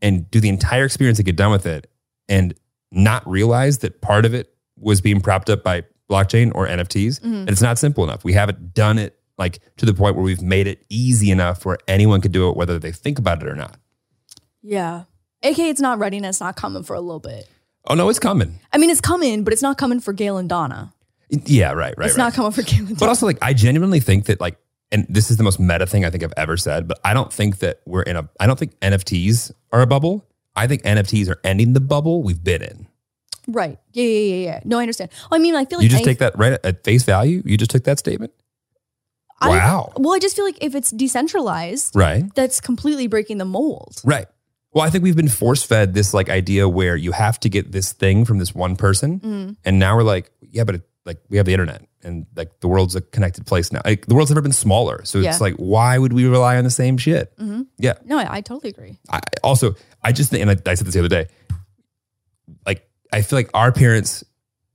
A: and do the entire experience and get done with it and not realize that part of it was being propped up by blockchain or NFTs.
B: Mm-hmm.
A: And it's not simple enough. We haven't done it like to the point where we've made it easy enough where anyone could do it, whether they think about it or not.
B: yeah. AK, it's not ready and it's not coming for a little bit.
A: Oh no, it's coming.
B: I mean, it's coming, but it's not coming for Gail and Donna.
A: Yeah, right, right.
B: it's
A: right.
B: not coming for Gail and
A: But
B: Donna.
A: also, like, I genuinely think that, like, and this is the most meta thing I think I've ever said, but I don't think that we're in a, I don't think NFTs are a bubble. I think NFTs are ending the bubble we've been in.
B: right? Yeah, yeah, yeah, yeah. No, I understand. Well, I mean, I feel like
A: You just
B: I-
A: take that right at- at face value. You just took that statement.
B: I-
A: wow.
B: Well, I just feel like if it's decentralized,
A: Right.
B: that's completely breaking the mold.
A: Right. Well, I think we've been force fed this like idea where you have to get this thing from this one person.
B: Mm.
A: And now we're like, yeah, but it, like we have the internet and like the world's a connected place now. Like the world's never been smaller. So
B: Yeah.
A: it's like, why would we rely on the same shit?
B: Mhm.
A: Yeah.
B: No, I, I totally agree.
A: I, also, I just think, and I, I said this the other day, like, I feel like our parents,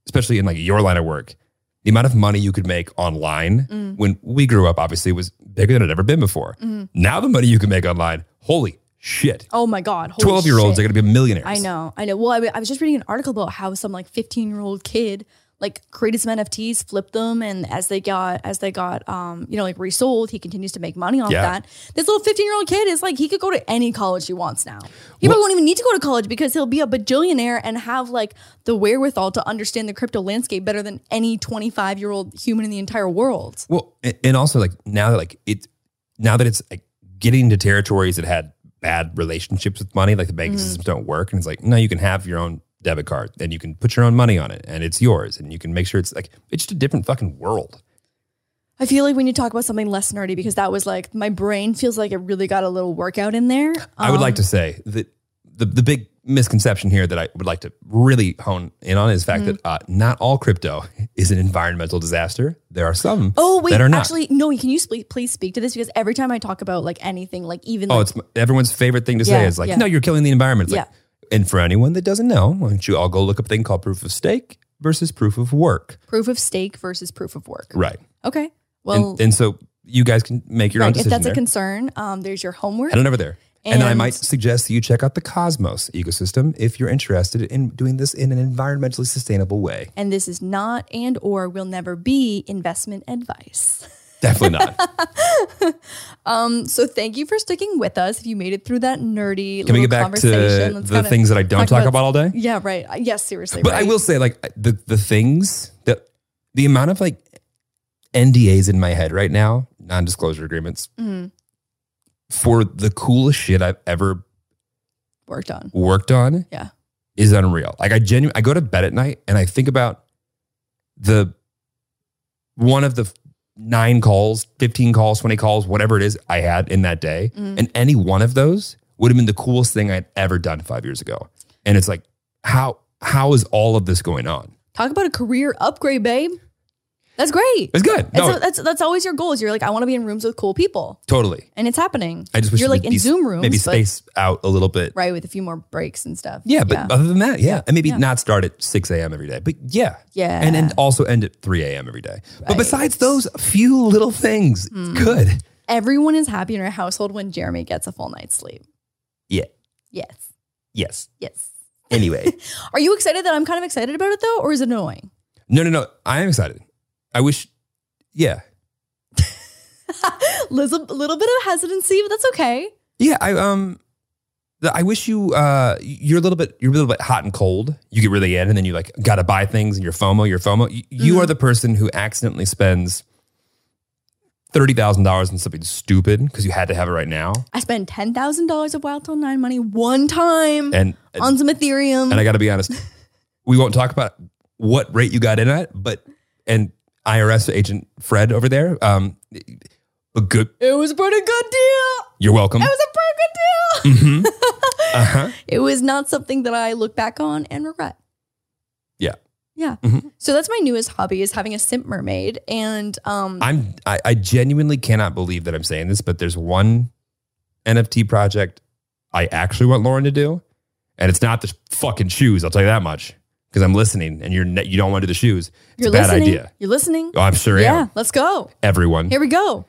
A: especially in like your line of work, the amount of money you could make online
B: Mm.
A: when we grew up obviously was bigger than it had ever been before.
B: Mhm.
A: Now the money you can make online, holy shit.
B: Oh my God, holy
A: 12 year olds
B: shit.
A: are going to be millionaires.
B: I know, I know. Well, I, I was just reading an article about how some like 15 year old kid like created some NFTs, flipped them, and as they got as they got um you know like resold, he continues to make money off
A: Yeah.
B: that. This little 15 year old kid is like he could go to any college he wants now. He
A: Well-
B: probably won't even need to go to college because he'll be a bajillionaire and have like the wherewithal to understand the crypto landscape better than any 25 year old human in the entire world.
A: Well, a- and also like now that like it, now that it's like getting into territories that had bad relationships with money, like the banking
B: Mhm.
A: systems don't work, and it's like no, you can have your own debit card and you can put your own money on it and it's yours and you can make sure it's like it's just a different fucking world.
B: I feel like when you talk about something less nerdy, because that was like my brain feels like it really got a little workout in there.
A: I would
B: Um,
A: like to say that the the big misconception here that I would like to really hone in on is the fact that uh, not all crypto is an environmental disaster. There are some.
B: Oh wait,
A: that are not.
B: actually, no. Can you sp- please speak to this because every time I talk about like anything, like even
A: Oh,
B: like,
A: it's everyone's favorite thing to say
B: Yeah,
A: is like,
B: yeah.
A: no, you're killing the environment. It's like,
B: Yeah.
A: and for anyone that doesn't know, why don't you all go look up a thing called proof of stake versus proof of work?
B: proof of stake versus proof of work.
A: Right.
B: Okay. Well,
A: and, and so you guys can make your own
B: right, if
A: decision.
B: that's a
A: there.
B: concern, um, there's your homework.
A: Head on over there. And, then I
B: And-
A: might suggest that you check out the Cosmos ecosystem if you're interested in doing this in an environmentally sustainable way.
B: And this is not and or will never be investment advice.
A: Definitely not.
B: um, so thank you for sticking with us. If you made it through that nerdy
A: Can
B: little
A: we get back to
B: conversation,
A: the
B: Let's kinda-
A: things that I don't
B: talk
A: talk
B: about-
A: about, all day?
B: Yeah, right. Uh, Yes, seriously.
A: But I
B: right.
A: will say, like the the things that the amount of like NDAs in my head right now, non disclosure agreements
B: Mhm.
A: for the coolest shit I've ever
B: worked on.
A: worked on,
B: Yeah.
A: is unreal. Like I genuinely, I go to bed at night and I think about the one of the nine calls, fifteen calls, twenty calls, whatever it is I had in that day,
B: Mhm.
A: and any one of those would have been the coolest thing I'd ever done five years ago. And it's like, how how is all of this going on?
B: Talk about a career upgrade, babe. That's great.
A: It's good.
B: That's,
A: No,
B: that's that's always your goals. You're like, I want to be in rooms with cool people,
A: totally.
B: and it's happening.
A: I just wish
B: You're
A: it
B: like
A: would
B: in
A: be-
B: Zoom rooms,
A: maybe
B: but-
A: space out a little bit.
B: right? With a few more breaks and stuff.
A: Yeah, but other than that, yeah, and maybe
B: Yeah.
A: not start at six a.m. every day, but yeah,
B: yeah,
A: and and also end at three a.m. every day.
B: Right. Hmm.
A: But besides those few little things, it's good.
B: everyone is happy in our household when Jeremy gets a full night's sleep.
A: Yeah.
B: Yes.
A: Yes.
B: Yes.
A: Anyway,
B: Are you excited that I'm kind of excited about it though, or is it annoying?
A: no, no, no. I am excited. I wish. Yeah,
B: Liz, a little bit of hesitancy, but that's okay.
A: yeah. I um, the, I wish you uh, you're a little bit you're a little bit hot and cold. You get really in, and then you like got to buy things, and your FOMO, your FOMO. You, you are the person who accidentally spends. Thirty thousand dollars on something stupid because you had to have it right now,
B: I spent ten thousand dollars of Wild Till Nine money one time
A: and
B: on some Ethereum.
A: And I got to be honest, we won't talk about what rate you got in at, but and IRS agent Fred over there, um, but good.
B: it was a pretty good deal.
A: You're welcome.
B: It was a pretty good deal.
A: hmm uh-huh.
B: It was not something that I look back on and regret.
A: Yeah.
B: Yeah.
A: Mhm.
B: So that's my newest hobby is having a simp mermaid. And um
A: I'm. I, I genuinely cannot believe that I'm saying this, but there's one NFT project I actually want Lauren to do, and it's not the fucking shoes. I'll tell you that much because I'm listening, and you're ne- you don't want to do the shoes. It's
B: you're
A: a bad
B: listening.
A: idea.
B: You're listening.
A: Oh, I'm sure.
B: yeah,
A: Yeah. Am.
B: let's go.
A: Everyone.
B: Here we go.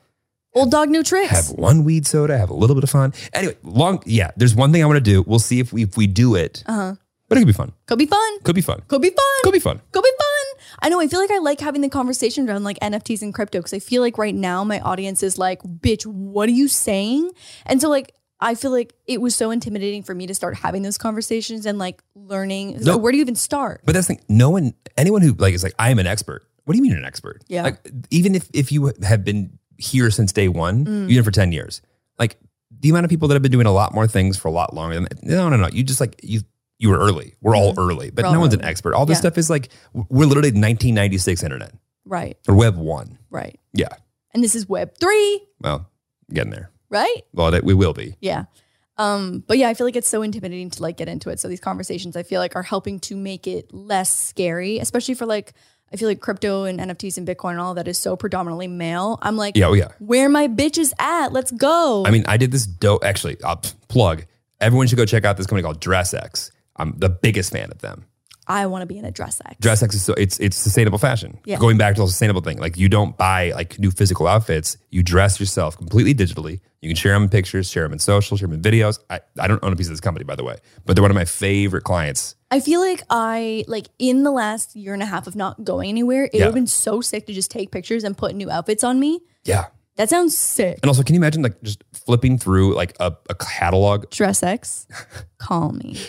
B: Old dog new tricks.
A: have one weed soda, have a little bit of fun. Anyway, long yeah, there's one thing I want to do. We'll see if we if we do it.
B: Uh-huh.
A: But it could be fun.
B: Could be fun.
A: Could be fun.
B: Could be fun.
A: Could be fun.
B: Could be fun. I know. I feel like I like having the conversation around like NFTs and crypto because I feel like right now my audience is like, bitch, what are you saying? And so like I feel like it was so intimidating for me to start having those conversations and like learning.
A: No.
B: Where do you even start?
A: But that's the thing. No one anyone who like is like, I am an expert. What do you mean an expert?
B: Yeah.
A: Like even if if you have been here since day one,
B: Mm.
A: you've been for 10 years. Like the amount of people that have been doing a lot more things for a lot longer than no, no, no. You just like you you were early. We're all early, but
B: Mm-hmm. We're all
A: no one's an
B: early.
A: expert. All this
B: Yeah.
A: stuff is like we're literally 1996 internet
B: Right.
A: or web one.
B: Right.
A: Yeah.
B: And this is web three,
A: Well, getting there.
B: right?
A: Well, that we will be.
B: Yeah. Um, but yeah, I feel like it's so intimidating to like get into it. So these conversations I feel like are helping to make it less scary, especially for like I feel like crypto and NFTs and Bitcoin and all that is so predominantly male. I'm like,
A: Yeah, oh yeah.
B: where my bitch is at, let's go.
A: I mean, I did this dope. Actually, I'll p- plug. Everyone should go check out this company called DressX. I'm the biggest fan of them.
B: I want to be in a dress act.
A: DressX is so it's it's sustainable fashion.
B: Yeah.
A: Going back to the sustainable thing, like you don't buy like new physical outfits. You dress yourself completely digitally. You can share them in pictures, share them in social, share them in videos. I, I don't own a piece of this company by the way, but they're one of my favorite clients.
B: I feel like I like in the last year and a half of not going anywhere, it would
A: Yeah.
B: have been so sick to just take pictures and put new outfits on me.
A: Yeah.
B: That sounds sick.
A: And also, can you imagine like just flipping through like a, a catalog?
B: Dress X, call me.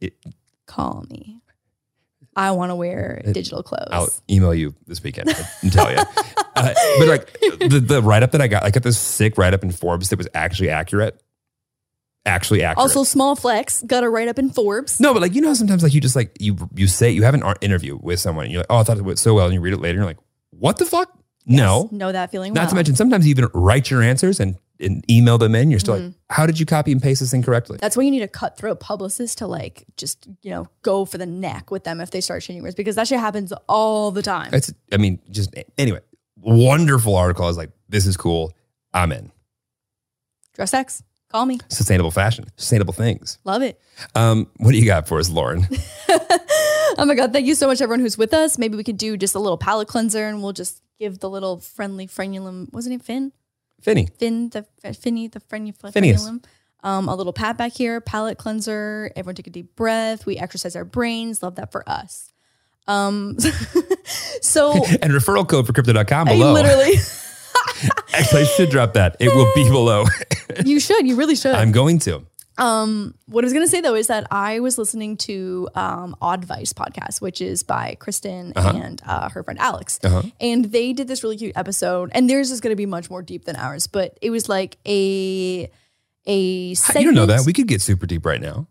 A: It-
B: call me. I want to wear digital clothes.
A: I'll email you this weekend and tell you. uh, but like the, the write up that I got, I got this sick write up in Forbes that was actually accurate. Actually accurate.
B: Also, small flex got a write up in Forbes.
A: no, but like you know, sometimes like you just like you you say you have an art interview with someone, and you're like, oh, I thought it went so well, and you read it later, and you're like, what the fuck? No,
B: know that feeling.
A: not
B: well.
A: to mention sometimes you even write your answers and and email them in. You're still like,
B: Mm-hmm.
A: how did you copy and paste this incorrectly?
B: that's why you need a cutthroat publicist to like just you know go for the neck with them if they start changing words because that shit happens all the time.
A: It's I mean, just anyway, wonderful article. I was like, this is cool. I'm in
B: Dress X, call me.
A: sustainable fashion, sustainable things.
B: Love it.
A: Um, what do you got for us, Lauren?
B: oh my god, thank you so much, everyone who's with us. Maybe we could do just a little palate cleanser and we'll just give the little friendly frenulum. Wasn't it Finn?
A: Finny.
B: Finn the Finny the frenulum.
A: Phineas.
B: Um, a little pat back here, palate cleanser. Everyone take a deep breath. We exercise our brains. Love that for us. Um, so
A: And referral code for crypto.com
B: I
A: below.
B: literally,
A: Actually, I should drop that. It will be below.
B: you should. You really should.
A: I'm going to.
B: Um, what I was gonna say though is that I was listening to um, Oddvice podcast, which is by Kristen and uh, her friend Alex,
A: Uh-huh.
B: and they did this really cute episode. And theirs is gonna be much more deep than ours, but it was like a a segment.
A: You don't know that. We could get super deep right now.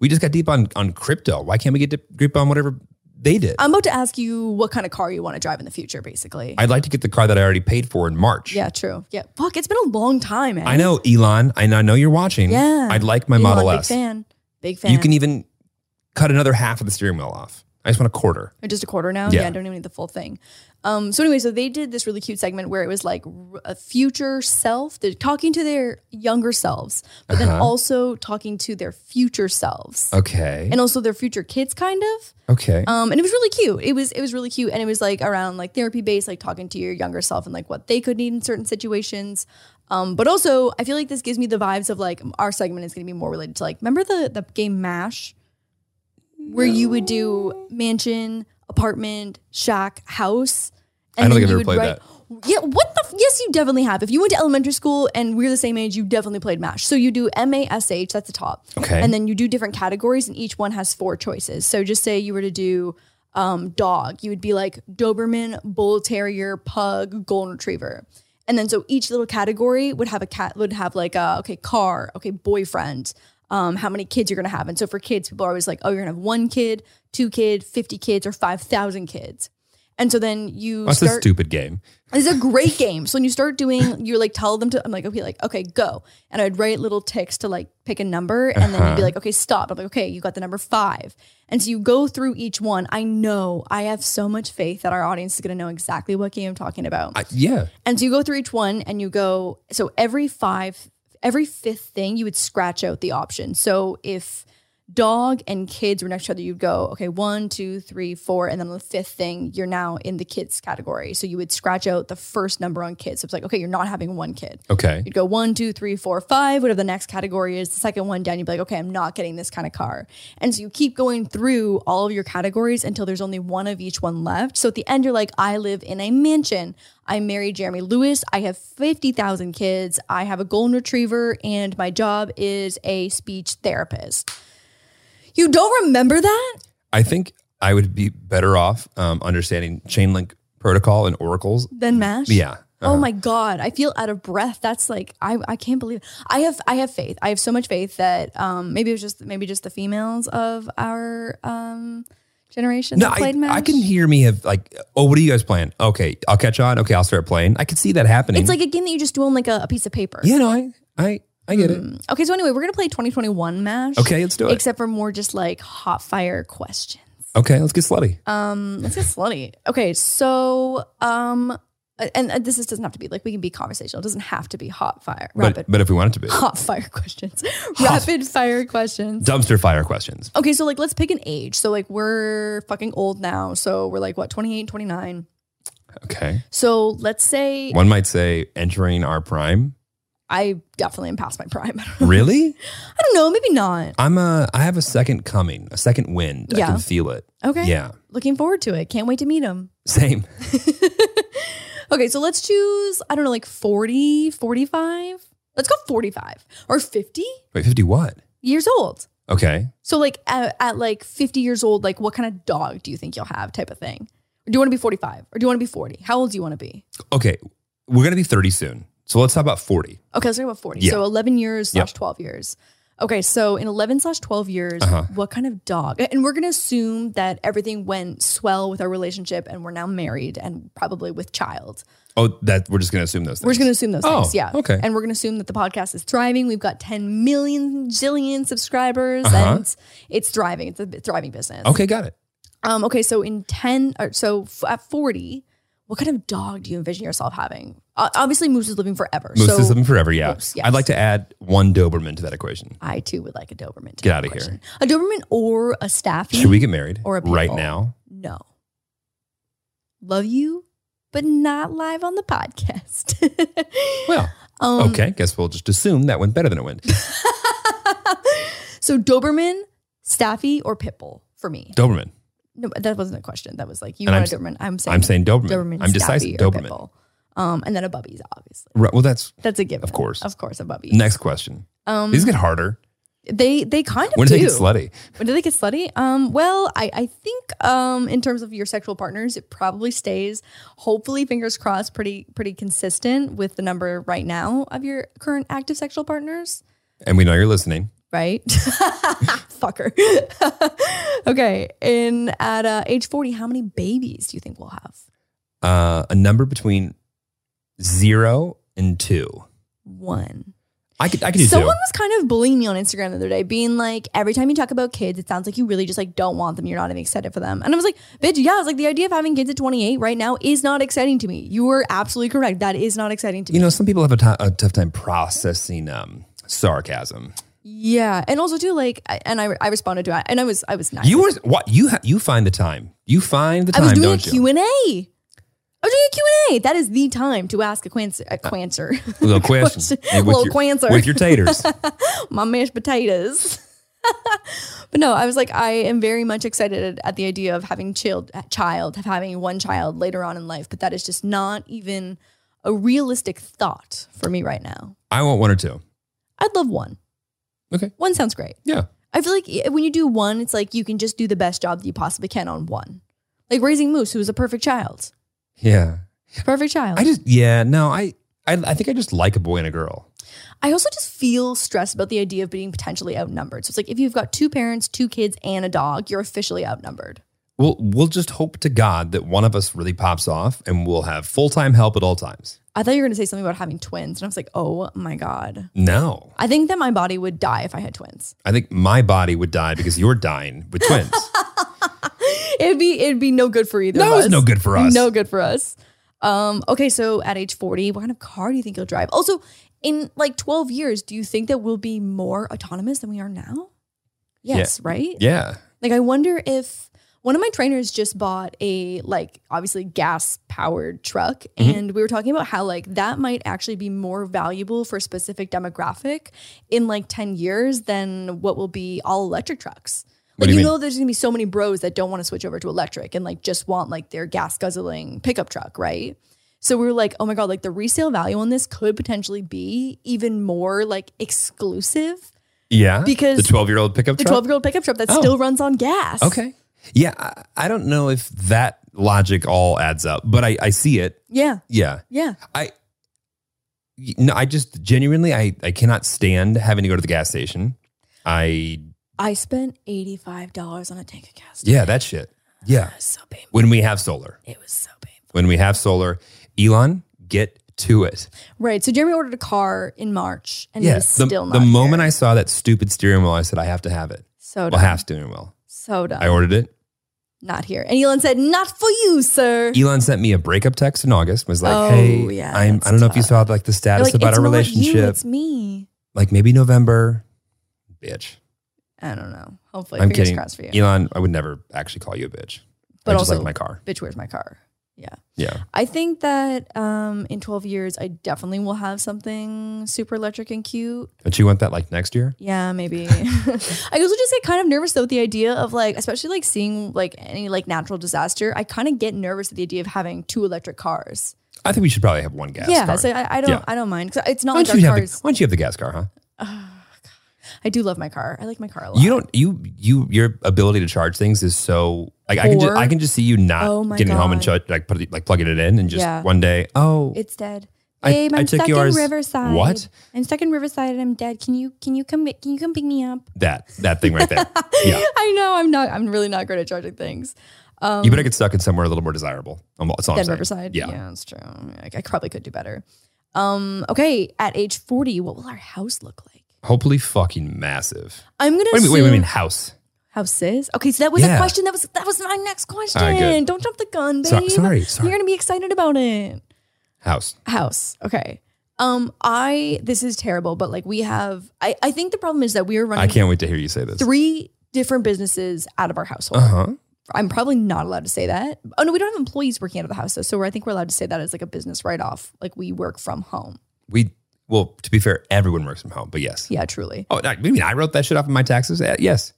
A: We just got deep on, on crypto. Why can't we get dip- deep on whatever they did?
B: I'm about to ask you what kind of car you want to drive in the future, basically.
A: I'd like to get the car that I already paid for in March.
B: yeah, true. Yeah, fuck, it's been a long time, man.
A: I know, Elon. I know, I know you're watching.
B: Yeah.
A: I'd like my
B: Elon,
A: Model
B: big
A: S.
B: fan, big fan.
A: You can even cut another half of the steering wheel off. I just want a quarter.
B: Or just a quarter now.
A: e- Yeah.
B: Yeah. I don't even need the full thing. Um, so anyway, so they did this really cute segment where it was like r- a future self. They're talking to their younger selves, but then
A: Uh-huh. Oh.
B: also talking to their future selves
A: Okay.
B: and also their future kids, kind of.
A: okay.
B: Um, and it was really cute. It was it was really cute, and it was like around like therapy based, like talking to your younger self and like what they could need in certain situations. Um, but also, I feel like this gives me the vibes of like our segment is going to be more related to like remember the the game Mash, where you would do mansion, apartment, shack, house.
A: I don't
B: then
A: think I've
B: you
A: ever
B: would
A: played
B: write- Yeah, what the? F- yes, you definitely have. If you went to elementary school and we're the same age, you definitely played Mash. So you do M A S H. That's the top.
A: Okay.
B: And then you do different categories, and each one has four choices. So just say you were to do um, dog, you would be like Doberman, Bull Terrier, Pug, Golden Retriever. And then so each little category would have a cat, would have like, a, okay, car, okay, boyfriend, um, how many kids you're going to have. And so for kids, people are always like, oh, you're going to have one kid, two kid, 50 kids, or 5,000 kids. And so then you
A: That's a
B: start.
A: stupid game.
B: It's a great game. So when you start doing, you're like, tell them to, I'm like, okay, like, okay, go. And I'd write little ticks to like pick a number. And then you'd be
A: Uh-huh.
B: like, okay, stop. I'm like, okay, you got the number five. And so you go through each one. I know I have so much faith that our audience is going to know exactly what game I'm talking about.
A: I, yeah.
B: And so you go through each one and you go, so every five, every fifth thing, you would scratch out the option. So if dog and kids were next to each other, you'd go, okay, one, two, three, four. And then on the fifth thing, you're now in the kids category. So you would scratch out the first number on kids. So it's like, okay, you're not having one kid.
A: Okay.
B: You'd go one, two, three, four, five, whatever the next category is. The second one down, you'd be like, okay, I'm not getting this kind of car. And so you keep going through all of your categories until there's only one of each one left. So at the end, you're like, I live in a mansion. I married Jeremy Lewis. I have 50,000 kids. I have a golden retriever, and my job is a speech therapist. You don't remember that?
A: I think I would be better off um, understanding chain link protocol and oracles.
B: Then MASH?
A: Yeah. Uh-huh.
B: Oh my God. I feel out of breath. That's like I, I can't believe I have I have faith. I have so much faith that um maybe it was just maybe just the females of our um generation
A: No,
B: that
A: I,
B: played match.
A: I can hear me have like, oh, what are you guys playing? Okay, I'll catch on. Okay, I'll start playing. I can see that happening.
B: it's like a game that you just do on like a, a piece of paper.
A: yeah, no, I, I, I get it.
B: Mm. Okay, so anyway, we're gonna play 2021 MASH.
A: Okay, let's do it.
B: Except for more just like hot fire questions.
A: okay, let's get slutty.
B: Um, let's get slutty. Okay, so um and, and this is, doesn't have to be like we can be conversational. It doesn't have to be hot fire, rapid
A: But, but if we want it to be
B: hot fire questions, rapid fire questions.
A: dumpster fire questions,
B: Okay, so like let's pick an age. So like we're fucking old now. So we're like what, 28, 29.
A: okay,
B: So let's say
A: one might say entering our prime.
B: I definitely am past my prime. I
A: Really?
B: don't know, maybe not.
A: I'm a. I have a second coming, a second wind. I
B: Yeah.
A: can feel it.
B: Okay.
A: Yeah.
B: Looking forward to it. Can't wait to meet him.
A: Same.
B: okay, so let's choose, I don't know, like 40, 45. Let's go 45 or 50
A: Wait, fifty what?
B: years old.
A: Okay.
B: So like at, at like 50 years old, like what kind of dog do you think you'll have type of thing? Or do you want to be 45 or do you want to be 40? How old do you want to be?
A: Okay. We're gonna be thirty soon, so let's talk about forty.
B: Okay, let's talk about 40.
A: Yeah.
B: So 11 years
A: Yeah.
B: slash 12 years. Okay, so in 11 slash 12 years,
A: Uh-huh.
B: what kind of dog? And we're going to assume that everything went swell with our relationship and we're now married and probably with child.
A: Oh, that we're just gonna assume those. Things.
B: We're just going to assume those
A: Oh,
B: things. Yeah.
A: okay.
B: And we're going to assume that the podcast is thriving. We've got 10 million zillion subscribers
A: Uh-huh.
B: and it's thriving. It's a thriving business.
A: Okay, got it.
B: Um, okay, so in 10, or so f- at 40, what kind of dog do you envision yourself having? Uh, obviously, Moose is living forever.
A: Moose
B: so
A: is living forever. Yeah.
B: Moose, yes.
A: I'd like to add one Doberman to that equation.
B: I too would like a Doberman.
A: Get
B: to that
A: outta here.
B: question. A Doberman or a Staffy?
A: Should we get married
B: Or a
A: right
B: people.
A: now?
B: No. Love you, but not live on the podcast.
A: Well,
B: um,
A: okay. Guess we'll just assume that went better than it went.
B: so Doberman, Staffy, or Pitbull for me?
A: Doberman.
B: No, that wasn't a question. That was like you
A: And
B: want a
A: I'm
B: Doberman. I'm saying
A: I'm saying Doberman.
B: Doberman.
A: I'm decisive.
B: Staffy, or
A: Doberman.
B: Pitbull. Um, and then a bubby's obviously.
A: Right. Well, that's
B: That's a given.
A: Of course.
B: Of course, a bubby.
A: next question.
B: Um,
A: These get harder.
B: they they kind of
A: When do
B: do.
A: they get slutty?
B: When do they get slutty? Um, well, I, I think um, in terms of your sexual partners, it probably stays. Hopefully, fingers crossed, pretty pretty consistent with the number right now of your current active sexual partners.
A: And we know you're listening.
B: Right, fucker. okay, in at uh, age forty, how many babies do you think we'll have?
A: Uh, a number between zero and two.
B: One.
A: I could I could do
B: Someone
A: two.
B: was kind of bullying me on Instagram the other day, being like, every time you talk about kids, it sounds like you really just like don't want them. You're not even excited for them. And I was like, bitch, yeah, I was like, the idea of having kids at 28 right now is not exciting to me. You are absolutely correct. That is not exciting to
A: You
B: me.
A: know, some people have a, ti- a tough time processing um, sarcasm.
B: yeah. And also too, like, I, and I, I responded to it and I was, I was nice.
A: You were what you ha- you find the time. You find the
B: I
A: time,
B: was doing a
A: don't you?
B: Q&A. I was doing a Q&A. That is the time to ask a quancer. A
A: Uh,
B: quancer.
A: Little question,
B: Question.
A: Yeah, with
B: Little
A: your,
B: quancer.
A: with your taters.
B: my mashed potatoes. but no, I was like, I am very much excited at the idea of having child, child, of having one child later on in life. But that is just not even a realistic thought for me right now.
A: I want one or two.
B: I'd love one.
A: Okay.
B: One sounds great.
A: Yeah.
B: I feel like i- when you do one, it's like you can just do the best job that you possibly can on one. Like raising Moose, who was a perfect child.
A: Yeah.
B: Perfect child.
A: I just yeah, no, I, I I think I just like a boy and a girl.
B: I also just feel stressed about the idea of being potentially outnumbered. So it's like if you've got two parents, two kids, and a dog, you're officially outnumbered.
A: We'll we'll just hope to God that one of us really pops off and we'll have full time help at all times.
B: I thought you were going to say something about having twins. And I was like, oh my God.
A: No.
B: I think that my body would die if I had twins.
A: I think my body would die because you're dying with twins.
B: It'd be it'd be no good for either
A: no,
B: of us.
A: it's no good for us.
B: No good for us. Um, okay, so at age 40, what kind of car do you think you'll drive? Also, in like 12 years, do you think that we'll be more autonomous than we are now? Yes, right?
A: Yeah.
B: Like I wonder if one of my trainers just bought a like obviously gas powered truck
A: Mhm.
B: and we were talking about how like that might actually be more valuable for a specific demographic in like 10 years than what will be all electric trucks.
A: What
B: Like
A: do
B: you,
A: you mean?
B: know there's going to be so many bros that don't want to switch over to electric and like just want like their gas guzzling pickup truck, right? So we were like, oh my God, like the resale value on this could potentially be even more like exclusive.
A: Yeah.
B: Because
A: the 12 year old pickup
B: The
A: truck.
B: 12 year old pickup truck that
A: Oh.
B: still runs on gas.
A: okay. Yeah. I, I don't know if that logic all adds up, but I, I see it.
B: Yeah.
A: Yeah.
B: Yeah.
A: I, y- no, I just genuinely, I, I cannot stand having to go to the gas station. I,
B: I spent eighty five dollars on a tank of gas.
A: yeah, that shit. Yeah.
B: It was so painful.
A: When we have solar,
B: It was so painful.
A: when we have solar, Elon, get to it.
B: Right. So Jeremy ordered a car in March, and it is
A: The,
B: still not
A: the
B: here.
A: moment I saw that stupid steering wheel, I said, I have to have it.
B: so
A: Well,
B: dumb,
A: half steering wheel.
B: so dumb,
A: I ordered it.
B: not here. And Elon said, "Not for you, sir."
A: Elon sent me a breakup text in August. Was like,
B: Oh,
A: hey,
B: yeah,
A: I'm.
B: that's
A: I don't know if you
B: tough.
A: saw like the
B: They're
A: status
B: like,
A: about
B: it's
A: our
B: not you,
A: relationship.
B: it's me.
A: Like maybe November, bitch.
B: I don't know. Hopefully,
A: I'm
B: fingers
A: kidding.
B: crossed for you.
A: Elon, I would never actually call you a bitch.
B: But
A: I just
B: also-
A: like my car.
B: Bitch, where's my car? Yeah.
A: Yeah,
B: I think that um, in 12 years, I definitely will have something super electric and cute.
A: but you want that like next year?
B: Yeah, maybe. I also just get kind of nervous though with the idea of like, especially like seeing like any like natural disaster. I kind of get nervous at the idea of having two electric cars.
A: I think we should probably have one gas
B: yeah,
A: car.
B: so I, I don't,
A: Yeah.
B: I don't mind. 'Cause it's not
A: why
B: like
A: don't
B: our
A: you have the,
B: cars.
A: Why don't you have the gas car, huh?
B: I do love my car. I like my car a lot.
A: You don't. You you your ability to charge things is so like I can just
B: Poor.
A: I can just see you not
B: Oh my
A: getting home and
B: God.
A: charge like put it, like plugging it in and just
B: Yeah.
A: one day. Oh,
B: It's dead.
A: I-
B: Babe, I,
A: I
B: am
A: took
B: stuck
A: yours-
B: in Riverside.
A: What?
B: I'm stuck in Riverside and I'm dead. Can you, can you come, can you come pick me up?
A: that that thing right there. yeah,
B: I know I'm not. I'm really not good at charging things. Um,
A: you better get stuck in somewhere a little more desirable. Um, That's all I'm
B: Dead
A: saying.
B: Riverside.
A: Yeah.
B: that's true. I, I probably could do better. Um, okay, at age 40, what will our house look like?
A: Hopefully, fucking massive.
B: I'm gonna
A: Wait, wait,
B: assume
A: wait, wait, wait, house.
B: house is. Okay, so that was a
A: Yeah.
B: question. That was that was my next question.
A: All right, good.
B: Don't jump the gun, babe.
A: So- sorry, sorry.
B: You're gonna be excited about it.
A: House.
B: House. Okay. Um, I this is terrible, but like we have I, I think the problem is that we are
A: I
B: running
A: can't wait to hear you say this.
B: three different businesses out of our household.
A: Uh huh.
B: I'm probably not allowed to say that. Oh no, we don't have employees working out of the house, though, so I think we're allowed to say that as like a business write off. Like we work from home.
A: We well, to be fair, everyone works from home, but yes.
B: Yeah, truly.
A: Oh, I mean, I wrote that shit off of my taxes. Uh, yes.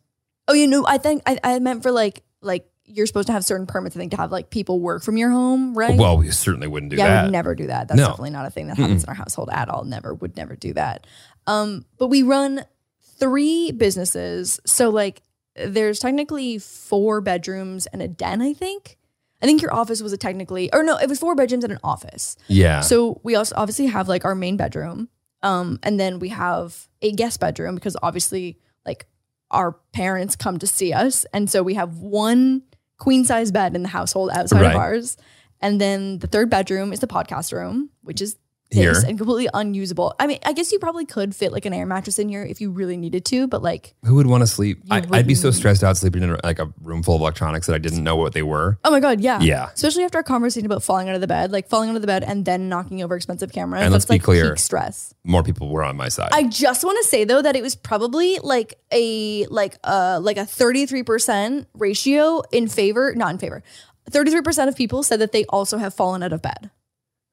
B: Oh, you know, I think I, I meant for like like you're supposed to have certain permits, I think, to have like people work from your home, right?
A: Well, we certainly wouldn't do
B: yeah, I
A: that.
B: would never do that. That's
A: No.
B: definitely not a thing that happens in our household at all. Never would never do that. Um, but we run three businesses, so like there's technically four bedrooms and a den. I think. I think your office was a technically, or no, it was four bedrooms and an office.
A: yeah.
B: So we also obviously have like our main bedroom, um, and then we have a guest bedroom because obviously like our parents come to see us, and so we have one queen size bed in the household outside
A: Right.
B: of ours, and then the third bedroom is the podcast room, which is
A: Here.
B: this and completely unusable. I mean, I guess you probably could fit like an air mattress in here if you really needed to, but like.
A: Who would want to sleep?
B: You
A: I, I'd be so
B: wouldn't.
A: stressed out sleeping in like a room full of electronics that I didn't know what they were.
B: Oh my god, yeah.
A: Yeah.
B: Especially after our conversation about falling out of the bed, like falling out of the bed and then knocking over expensive cameras.
A: And let's
B: that's
A: be
B: like
A: clear.
B: peak stress.
A: More people were on my side.
B: I just want to say though that it was probably like a like uh like a 33% ratio in favor, not in favor. 33% of people said that they also have fallen out of bed.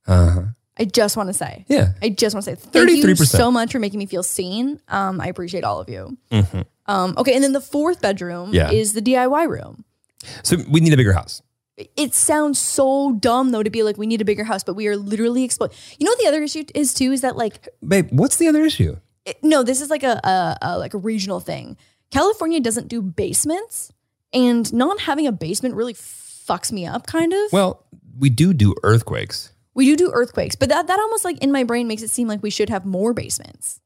A: uh-huh.
B: I just want to say.
A: Yeah.
B: I just want to say thank you
A: 33%.
B: so much for making me feel seen. Um I appreciate all of you.
A: hmm
B: Um okay, and then the fourth bedroom
A: Yeah.
B: is the DIY room.
A: So we need a bigger house.
B: it sounds so dumb though to be like we need a bigger house but we are literally exploding you know what the other issue is too is that like
A: Babe, what's the other issue?
B: it- no this is like a, a, a like a regional thing california doesn't do basements and not having a basement really fucks me up kind of
A: Well, we do do earthquakes.
B: we do do earthquakes but that that almost like in my brain makes it seem like we should have more basements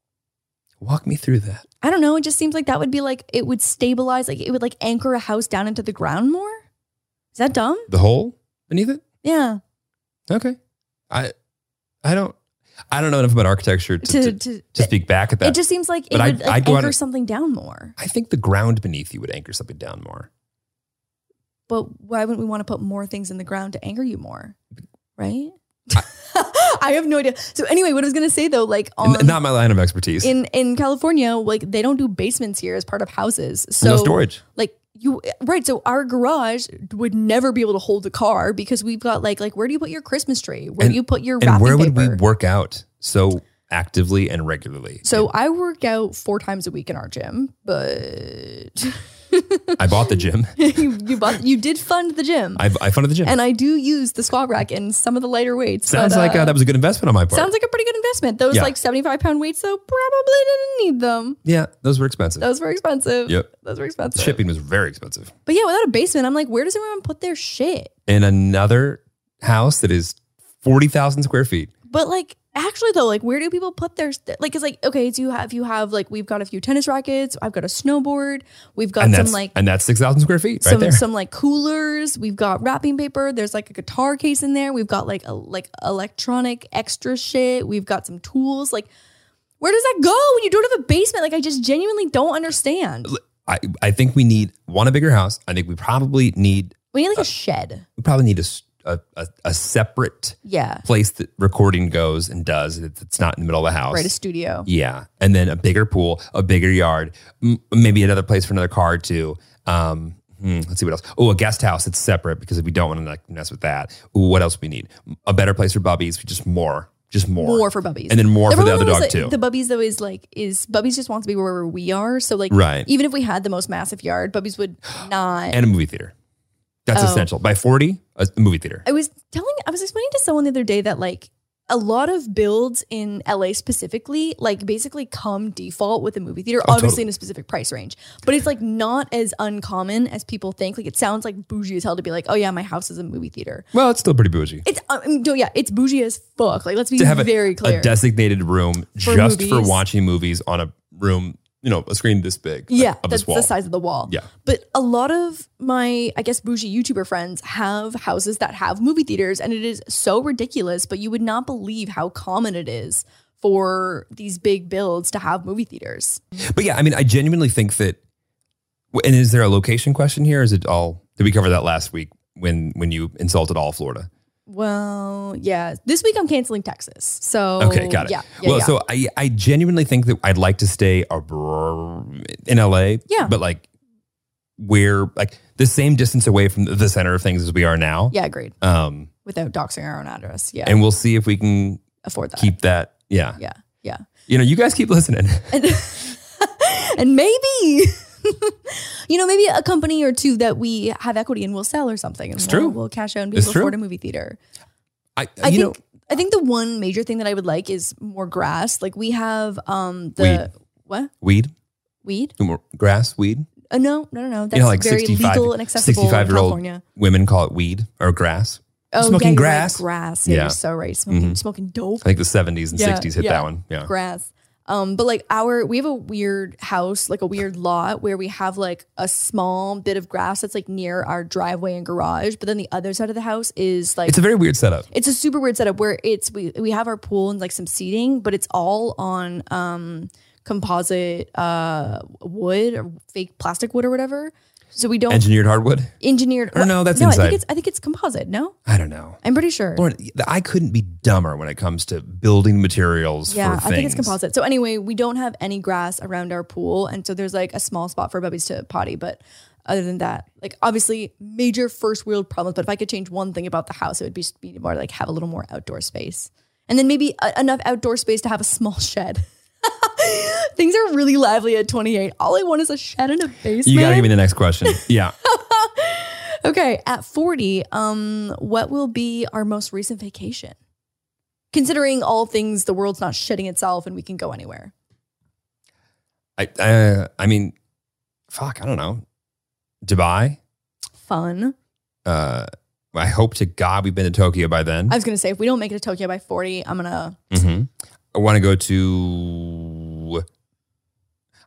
A: Walk me through that.
B: i don't know it just seems like that would be like it would stabilize like it would like anchor a house down into the ground more is that dumb
A: The hole beneath it?
B: yeah
A: Okay. I I don't I don't know enough about architecture to,
B: to,
A: to,
B: to,
A: to speak back at that.
B: it just seems like it
A: But I-
B: would like,
A: I'd go on
B: anchor
A: a-
B: something down more
A: I think the ground beneath you would anchor something down more.
B: but why wouldn't we want to put more things in the ground to anger you more? Right? I have no idea. So anyway, what I was gonna say though, like on
A: N- Not my line of expertise.
B: in in California, like they don't do basements here as part of houses. So
A: no storage.
B: like you right so our garage would never be able to hold a car because we've got like like where do you put your christmas tree where
A: And-
B: do you put your
A: And
B: wrapping
A: where would
B: paper?
A: we work out so actively and regularly?
B: so i work out four times a week in our gym but
A: I bought the gym.
B: you, you, bought, you did fund the gym
A: I, I funded the gym.
B: and i do use the squat rack and some of the lighter weights but,
A: Sounds like
B: uh,
A: uh, that was a good investment on my part.
B: Sounds like a pretty good investment. Those
A: Yeah.
B: like 75 pound weights, though, probably didn't need them.
A: yeah, those were expensive.
B: Those were expensive.
A: Yep.
B: Those were expensive.
A: Shipping was very expensive.
B: But yeah, without a basement, I'm like, where does everyone put their shit?
A: In another house that is 40,000 square feet.
B: But like, actually, though, like, where do people put their st- like? It's like, okay, do you have you have like we've got a few tennis rackets. I've got a snowboard. We've got
A: And
B: some
A: that's,
B: like
A: and that's 6,000 square feet right
B: some
A: there.
B: some like coolers. We've got wrapping paper. There's like a guitar case in there. We've got like a, like electronic extra shit. We've got some tools. Like, where does that go when you don't have a basement? Like, I just genuinely don't understand.
A: I, I think we need one, a bigger house. I think we probably need,
B: We need like a shed.
A: we probably need a, s- a- a- a separate
B: Yeah.
A: place that recording goes and does. It- It's not in the middle of the house.
B: Right, a studio.
A: Yeah, and then a bigger pool, a bigger yard, m- maybe another place for another car too. Um, hmm, let's see what else. Oh, a guest house. It's separate because we don't want to like mess with that. Ooh, what else we need? A better place for bubbies. Just more. Just more.
B: More, for Bubbies.
A: And then more for the other
B: problem
A: dog
B: is that
A: too.
B: The Bubbies though is like is Bubbies just wants to be wherever we are. So like
A: Right.
B: even if we had the most massive yard, Bubbies would not
A: and a movie theater. That's
B: Oh.
A: essential. By forty, a movie theater.
B: I was telling, I was explaining to someone the other day that like a lot of builds in LA specifically, like basically come default with a movie theater,
A: Oh,
B: obviously
A: totally.
B: in a specific price range, but it's like not as uncommon as people think. Like it sounds like bougie as hell to be like, oh yeah, my house is a movie theater.
A: Well, it's still pretty bougie
B: It's, uh, I mean, don't- yeah, it's bougie as fuck. Like let's be
A: to have a,
B: very clear.
A: a designated room
B: For
A: just for
B: movies.
A: watching movies on a room, you know, a screen this big. like,
B: yeah,
A: of
B: that's
A: this wall.
B: the size of the wall.
A: Yeah.
B: But a lot of my, I guess, bougie YouTuber friends have houses that have movie theaters, and it is so ridiculous, but you would not believe how common it is for these big builds to have movie theaters.
A: But yeah, I mean, I genuinely think that. And is there a location question here? Is it all? Did we cover that last week when when you insulted all Florida?
B: Well, yeah. This week I'm canceling Texas. So,
A: Okay, got it.
B: Yeah. yeah
A: well,
B: yeah.
A: so I I genuinely think that I'd like to stay abr- in LA.
B: Yeah.
A: but like we're like the same distance away from the center of things as we are now.
B: yeah, agreed.
A: Um,
B: Without doxing our own address. Yeah.
A: and we'll see if we can
B: afford that.
A: keep that. Yeah,
B: yeah. Yeah.
A: you know, you guys keep listening.
B: And, and maybe you know, maybe a company or two that we have equity in will sell or something. And
A: It's
B: we'll,
A: true.
B: We'll cash out and be
A: It's
B: able to afford
A: true.
B: a movie theater.
A: I,
B: I
A: you
B: think
A: know, uh,
B: I think the one major thing that I would like is more grass. Like we have um the what
A: weed,
B: weed?
A: grass, weed.
B: Uh, no, no, no, no. That's
A: you know, like
B: very
A: 65,
B: legal and accessible
A: 65
B: in
A: year old
B: California.
A: women call it weed or grass.
B: Oh,
A: smoking
B: yeah, you're
A: grass.
B: Right, grass. Yeah,
A: Yeah.
B: you're so right. Smoking,
A: Mhm.
B: smoking dope.
A: I think the 70s and
B: Yeah,
A: 60s hit
B: yeah.
A: that one. Yeah.
B: grass. Um, but like our, we have a weird house, like a weird lot where we have like a small bit of grass that's like near our driveway and garage. But then the other side of the house is like
A: It's a very weird setup.
B: it's a super weird setup where it's we we have our pool and like some seating, but it's all on um composite uh wood or fake plastic wood or whatever. So we don't
A: Engineered hardwood?
B: engineered.
A: Or no, that's
B: no. I
A: inside.
B: think it's I think it's composite. No,
A: I don't know.
B: I'm pretty sure.
A: Lauren, I couldn't be dumber when it comes to building materials
B: Yeah,
A: for things.
B: I think it's composite. So anyway, we don't have any grass around our pool, and so there's like a small spot for puppies to potty. But other than that, like obviously major first world problems. But if I could change one thing about the house, it would be just be more like have a little more outdoor space, and then maybe uh, enough outdoor space to have a small shed. Things are really lively at 28. All I want is a shed and a basement.
A: You got to give me the next question. Yeah.
B: Okay, at 40, um, what will be our most recent vacation? Considering all things, the world's not shitting itself and we can go anywhere.
A: I, I, I mean, fuck, I don't know. Dubai?
B: Fun.
A: Uh, I hope to God we've been to Tokyo by then.
B: I was gonna say if we don't make it to Tokyo by 40, I'm gonna
A: Mhm. I want to go to.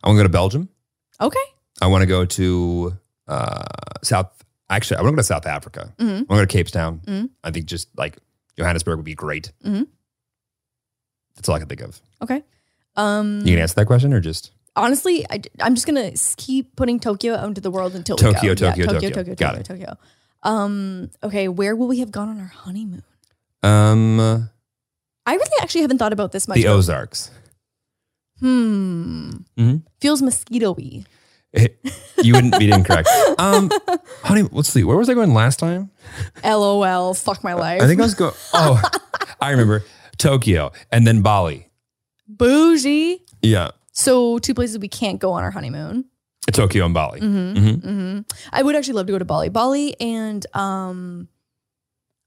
A: I want to go to Belgium.
B: okay.
A: I want to go to uh, South. Actually, I want to go to South Africa.
B: Mhm.
A: I want to go to Cape Town.
B: Mhm.
A: I think just like Johannesburg would be great.
B: Mhm.
A: That's all I can think of.
B: Okay. Um,
A: You can answer that question or just
B: honestly, I, am just gonna s- keep putting Tokyo out into the world until
A: Tokyo,
B: we go.
A: Tokyo,
B: Tokyo,
A: Tokyo.
B: Tokyo,
A: Got
B: Tokyo, Tokyo. Um, okay, where will we have gone on our honeymoon?
A: um
B: I really actually haven't thought about this much.
A: the Ozarks.
B: hmm.
A: Mhm.
B: Feels mosquito-y.
A: you wouldn't be incorrect. Um, honey, let's see. Where was I going last time?
B: LOL. Fuck my life.
A: I think I was going. Oh, I remember Tokyo and then Bali.
B: bougie.
A: Yeah,
B: So two places we can't go on our honeymoon.
A: Tokyo and Bali.
B: Mm-hmm.
A: Mhm.
B: hmm I would actually love to go to Bali. Bali and um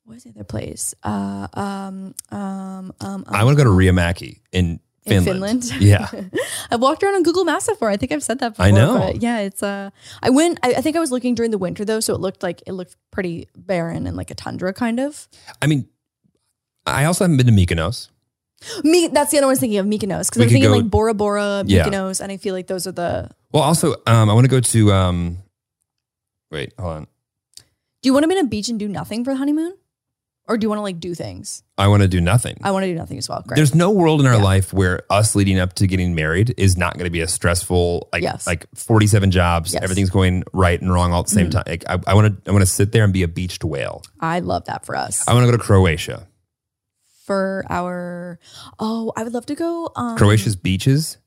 B: what is the other place? Uh um um um
A: I want to go to Riomaki in
B: in
A: Finland.
B: Finland.
A: Yeah.
B: I've walked around on Google Maps before. I think I've said that before.
A: I know.
B: but yeah, it's uh I went I, I think I was looking during the winter though, so it looked like it looked pretty barren and like a tundra kind of.
A: I mean, I also haven't been to Mykonos.
B: Me that's the other one I was thinking of, Mykonos. Because
A: We
B: I was
A: could
B: thinking
A: go-
B: like Bora Bora,
A: Yeah.
B: Mykonos, and I feel like those are the
A: Well, also, um, I want to go to. Um, wait, hold on.
B: Do you want to be on a beach and do nothing for the honeymoon? Or do you want to like do things?
A: I want to do nothing.
B: I want to do nothing as well. Oh, Great.
A: There's no world in our
B: Yeah.
A: life where us leading up to getting married is not going to be a stressful, like
B: Yes.
A: like 47 jobs,
B: Yes.
A: everything's going right and wrong all at the same
B: Mhm.
A: time. Like, I want to I want to sit there and be a beached whale.
B: I love that for us.
A: I want to go to Croatia.
B: for our oh, I would love to go um
A: Croatia's beaches,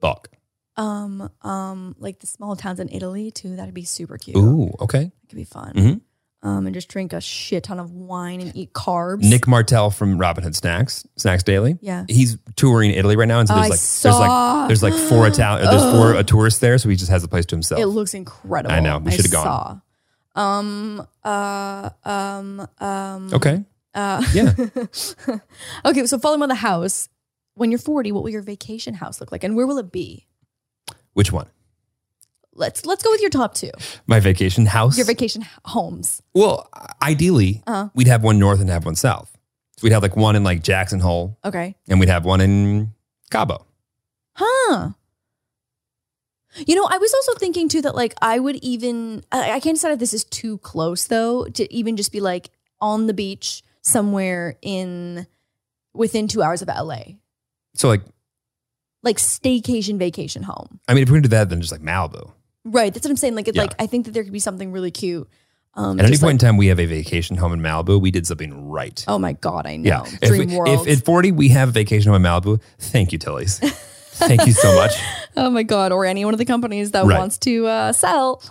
A: fuck.
B: um um like the small towns in Italy too. That'd be super cute.
A: Ooh, okay.
B: That could be fun.
A: Mhm.
B: Um and just drink a shit ton of wine and eat carbs.
A: Nick Martell from Robin Hood Snacks, Snacks Daily.
B: Yeah.
A: He's touring Italy right now, and so
B: Oh, I
A: there's like there's like
B: saw.
A: There's like four Italian. There's four
B: Ugh.
A: a tourist there, so he just has the place to himself.
B: It looks incredible.
A: I know. We should've gone.
B: saw. Um uh um um
A: okay,
B: Uh,
A: Oh, Yeah.
B: okay, so following on the house, when you're 40, what will your vacation house look like, and where will it be?
A: which one?
B: Let's let's go with your top two.
A: My vacation house.
B: Your vacation h- homes.
A: well, ideally,
B: Uh-huh.
A: we'd have one north and have one south. So we'd have like one in like Jackson Hole,
B: Okay.
A: and we'd have one in Cabo.
B: Huh. You know, I was also thinking too that like I would even I, I can't decide if this is too close though to even just be like on the beach somewhere in within two hours of LA,
A: So like,
B: like staycation vacation home.
A: I mean, if we're gonna do that, then just like Malibu.
B: Right. That's what I'm saying. Like, it,
A: Yeah.
B: like I think that there could be something really cute. Um,
A: At any
B: just
A: point in time, we have a vacation home in Malibu. We did something right.
B: like, oh my god, I know.
A: yeah. If,
B: Dream
A: we- if
B: world.
A: at forty we have a vacation home in Malibu, thank you, Tilly's. thank you so much.
B: oh my god, or any one of the companies that
A: Right.
B: wants to uh, sell.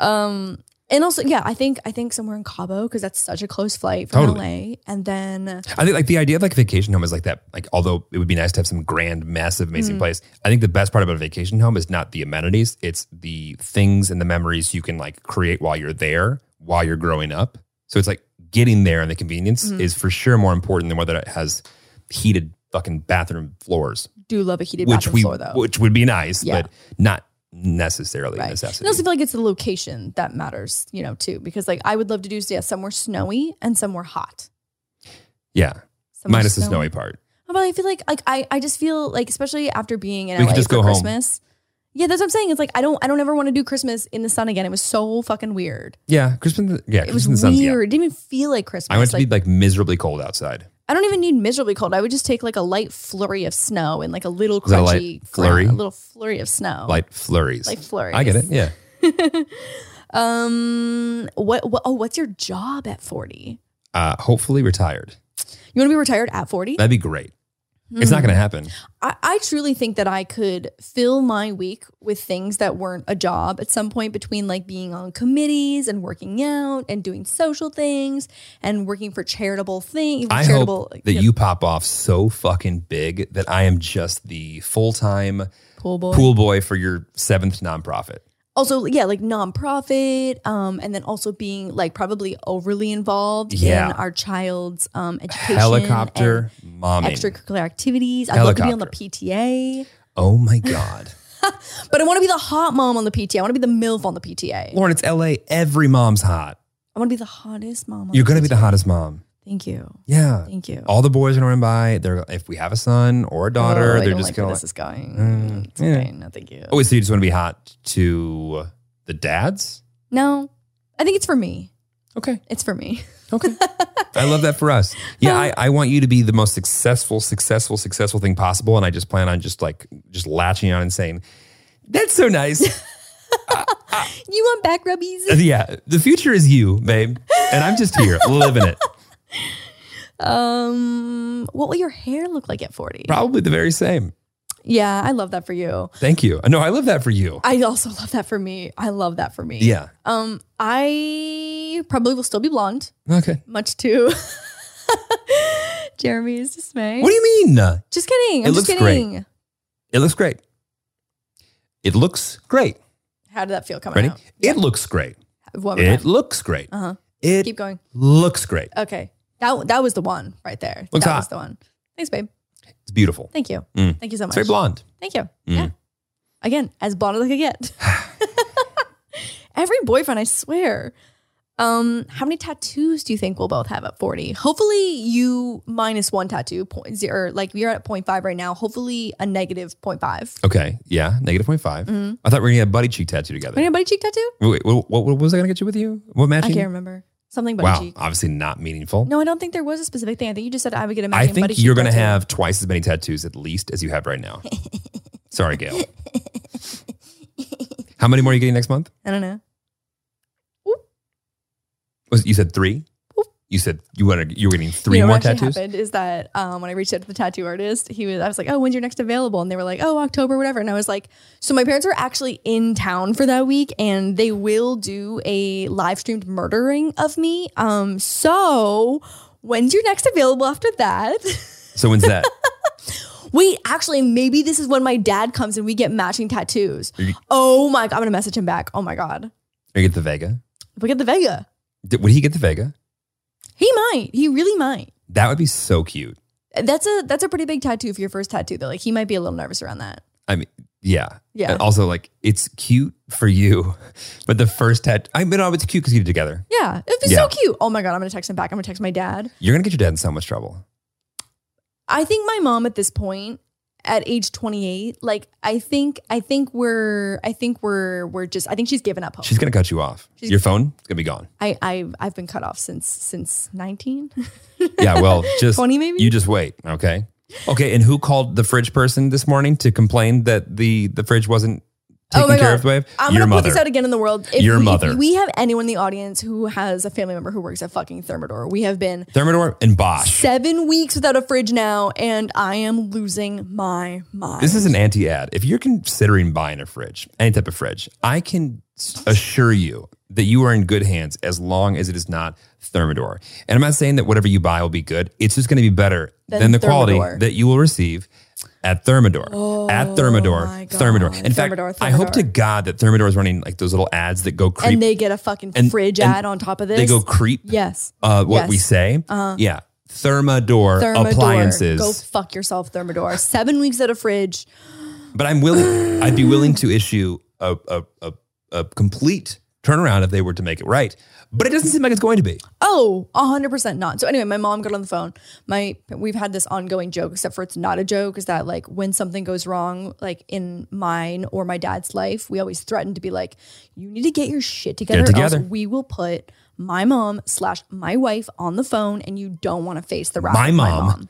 B: Um, And also, yeah, I think I think somewhere in Cabo because that's such a close flight from LA. And then
A: I think like the idea of like a vacation home is like that. Like although it would be nice to have some grand, massive, amazing
B: Mm.
A: place, I think the best part about a vacation home is not the amenities; it's the things and the memories you can like create while you're there, while you're growing up. So it's like getting there and the convenience
B: Mm-hmm.
A: is for sure more important than whether it has heated fucking bathroom floors,
B: do love a heated
A: which
B: bathroom
A: we
B: floor though.
A: which would be nice,
B: Yeah.
A: but not necessarily a
B: right. And I
A: necessity.
B: also feel like it's the location that matters, you know, too. Because like I would love to do yeah, somewhere snowy and somewhere hot.
A: yeah,
B: Somewhere
A: minus the snowy part.
B: Oh, But I feel like like I, I just feel like especially after being in
A: We
B: LA
A: could just
B: for
A: go home.
B: Christmas. Yeah, that's what I'm saying. It's like I don't I don't ever want to do Christmas in the sun again. It was so fucking weird.
A: Yeah, Crispin. Yeah,
B: It was
A: Crispin Suns, yeah.
B: weird. It didn't even feel like Christmas.
A: I want it to
B: like,
A: be like miserably cold outside.
B: I don't even need miserably cold. I would just take like a light flurry of snow and like a little
A: Is that a
B: crunchy
A: light flurry?
B: ground, a little flurry of snow.
A: Light flurries.
B: like flurry.
A: I get it. Yeah.
B: Um what, what oh what's your job at 40?
A: Uh, hopefully retired.
B: You want to be retired at 40?
A: That'd be great. It's
B: Mm-hmm.
A: not going to happen.
B: I, I truly think that I could fill my week with things that weren't a job at some point between like being on committees and working out and doing social things and working for charitable things.
A: I
B: charitable,
A: hope that you pop off so fucking big that I am just the full time
B: pool boy.
A: pool boy for your seventh nonprofit.
B: Also, yeah, like nonprofit, um, and then also being like probably overly involved
A: Yeah.
B: in our child's um education,
A: Helicopter
B: and
A: mommy.
B: extracurricular activities. I'd love to be on the
A: Helicopter.
B: PTA,
A: Oh my God.
B: but I want to be the hot mom on the PTA. I want to be the milf on the PTA.
A: Lauren, it's LA. Every mom's hot.
B: I want to be the hottest mom. On
A: You're
B: the
A: going to be the
B: PTA.
A: hottest mom.
B: Thank you.
A: Yeah.
B: Thank you.
A: All the boys are going to run by. They're If we have a son or a daughter,
B: Oh, I
A: they're
B: don't
A: just
B: like where
A: going
B: this is going.
A: Mm,
B: it's
A: yeah.
B: okay. No, thank you.
A: Oh, wait, so you just want to be hot to the dads?
B: No, I think it's for me.
A: Okay.
B: It's for me.
A: Okay. I love that for us. Yeah, I, I want you to be the most successful, successful, successful thing possible. And I just plan on just like just latching on and saying, That's so nice. Uh,
B: You want back rubbies?
A: yeah. The future is you, babe. And I'm just here living it.
B: Um, what will your hair look like at 40?
A: Probably the very same.
B: Yeah, I love that for you.
A: Thank you. No, I love that for you.
B: I also love that for me. I love that for me.
A: Yeah.
B: Um, I probably will still be blonde,
A: Okay.
B: much to Jeremy's dismay.
A: What do you mean? uh,
B: Just kidding. I'm
A: It
B: just
A: looks great.
B: kidding.
A: It looks great. It looks great.
B: How did that feel coming
A: Ready?
B: out?
A: It looks great.
B: One more
A: It
B: time.
A: looks great.
B: Uh-huh.
A: It
B: Keep going.
A: looks great.
B: Okay. That that was the one right there.
A: Looks
B: that
A: hot.
B: was the one. Thanks, babe.
A: It's beautiful.
B: Thank you.
A: Mm.
B: Thank you so much.
A: It's very blonde.
B: Thank you. Yeah. Again, as blonde as I could get. Every boyfriend, I swear. Um, how many tattoos do you think we'll both have at 40? Hopefully you minus one tattoo, point zero, like you're at 0.5 right now. Hopefully a negative 0.5.
A: Okay. Yeah. Negative 0.5.
B: Mm-hmm.
A: I thought we were going to have buddy cheek tattoo together.
B: Anybody cheek tattoo?
A: Wait, what, what, what was I going to get you with you? What
B: I
A: matching?
B: can't remember. Something buddy
A: wow.
B: cheek.
A: Obviously not meaningful.
B: No, I don't think there was a specific thing. I think you just said I would get a
A: I
B: matching buddy
A: think
B: cheek
A: you're going to
B: tattoo.
A: have twice as many tattoos at least as you have right now. Sorry, Gail. How many more are you getting next month?
B: I don't know.
A: Was You said three? You said you want you were getting three
B: You know
A: more
B: what actually
A: tattoos?
B: happened is that um, when I reached out to the tattoo artist, he was I was like, "Oh, when's your next available?" And they were like, "Oh, October, whatever." And I was like, "So my parents are actually in town for that week, and they will do a live streamed murdering of me. Um, so when's your next available after that?"
A: So when's that?
B: Wait, actually, maybe this is when my dad comes and we get matching tattoos.
A: Are you-
B: Oh my! I'm gonna message him back. Oh my god,
A: Are you get the Vega?
B: if we get the Vega,
A: Did, would he get the Vega?
B: he might. He really might.
A: That would be so cute.
B: That's a that's a pretty big tattoo for your first tattoo though. Like he might be a little nervous around that.
A: Yeah.
B: Yeah.
A: And also, like, it's cute for you, but the first tattoo, I mean, no, it's cute because you did it together.
B: Yeah, it'd be
A: Yeah.
B: so cute. Oh my god, I'm gonna text him back. I'm gonna text my dad.
A: You're going to get your dad in so much trouble.
B: I think my mom at this point, at age 28, like I think I think we're I think we're we're just I think she's given up hope.
A: She's gonna cut you off.
B: She's-
A: Your phone is gonna be gone.
B: I I've, I've been cut off since since 19,
A: Yeah, well, just
B: 20 maybe.
A: you just wait, okay? Okay, and who called the fridge person this morning to complain that the the fridge wasn't
B: Oh
A: taken
B: my
A: care
B: God.
A: of? Wave?
B: I'm
A: Your
B: gonna
A: mother.
B: put this out again in the world.
A: Your
B: we,
A: mother.
B: we have anyone in the audience who has a family member who works at fucking Thermador, we have been
A: Thermador and Bosch.
B: seven weeks without a fridge now, and I am losing my mind.
A: This is an anti ad. If you're considering buying a fridge, any type of fridge, I can s- assure you that you are in good hands as long as it is not Thermador. And I'm not saying that whatever you buy will be good. It's just going to be better
B: Than
A: than, the
B: Thermador.
A: quality that you will receive at Thermador. at
B: Oh my
A: Thermador.
B: God.
A: Thermador. In fact,
B: Thermador,
A: I hope
B: Thermador.
A: to God that Thermador is running like those little ads that go creep.
B: and they get a fucking
A: And-
B: fridge
A: and
B: ad on top of this.
A: they go creep
B: yes.
A: uh, what we
B: Yes.
A: say. Yeah. Thermador,
B: Thermador.
A: appliances.
B: Go fuck yourself, Thermador. Seven weeks at a fridge.
A: But I'm willing. I'd be willing to issue a, a a a complete turnaround if they were to make it right. But it doesn't seem like it's going to be.
B: Oh, 100% not. So anyway, my mom got on the phone. My we've had this ongoing joke except for it's not a joke is that like when something goes wrong like in mine or my dad's life, we always threaten to be like you need to get your shit together,
A: together.
B: else we will put my mom slash my wife on the phone and you don't want to face the wrath
A: My
B: of
A: mom.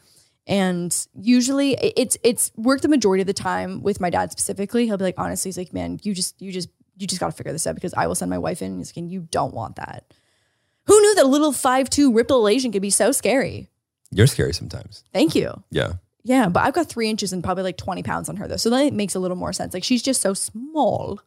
B: And usually it- it's it's worked the majority of the time with my dad specifically. He'll be like honestly he's like man, you just you just you just got to figure this out because I will send my wife in and he's like and you don't want that. Who knew that a little 5'2 ripple Asian could be so scary?
A: You're scary sometimes.
B: Thank you.
A: Yeah.
B: Yeah, but I've got three inches and probably like 20 pounds on her though. So that makes a little more sense. Like she's just so small.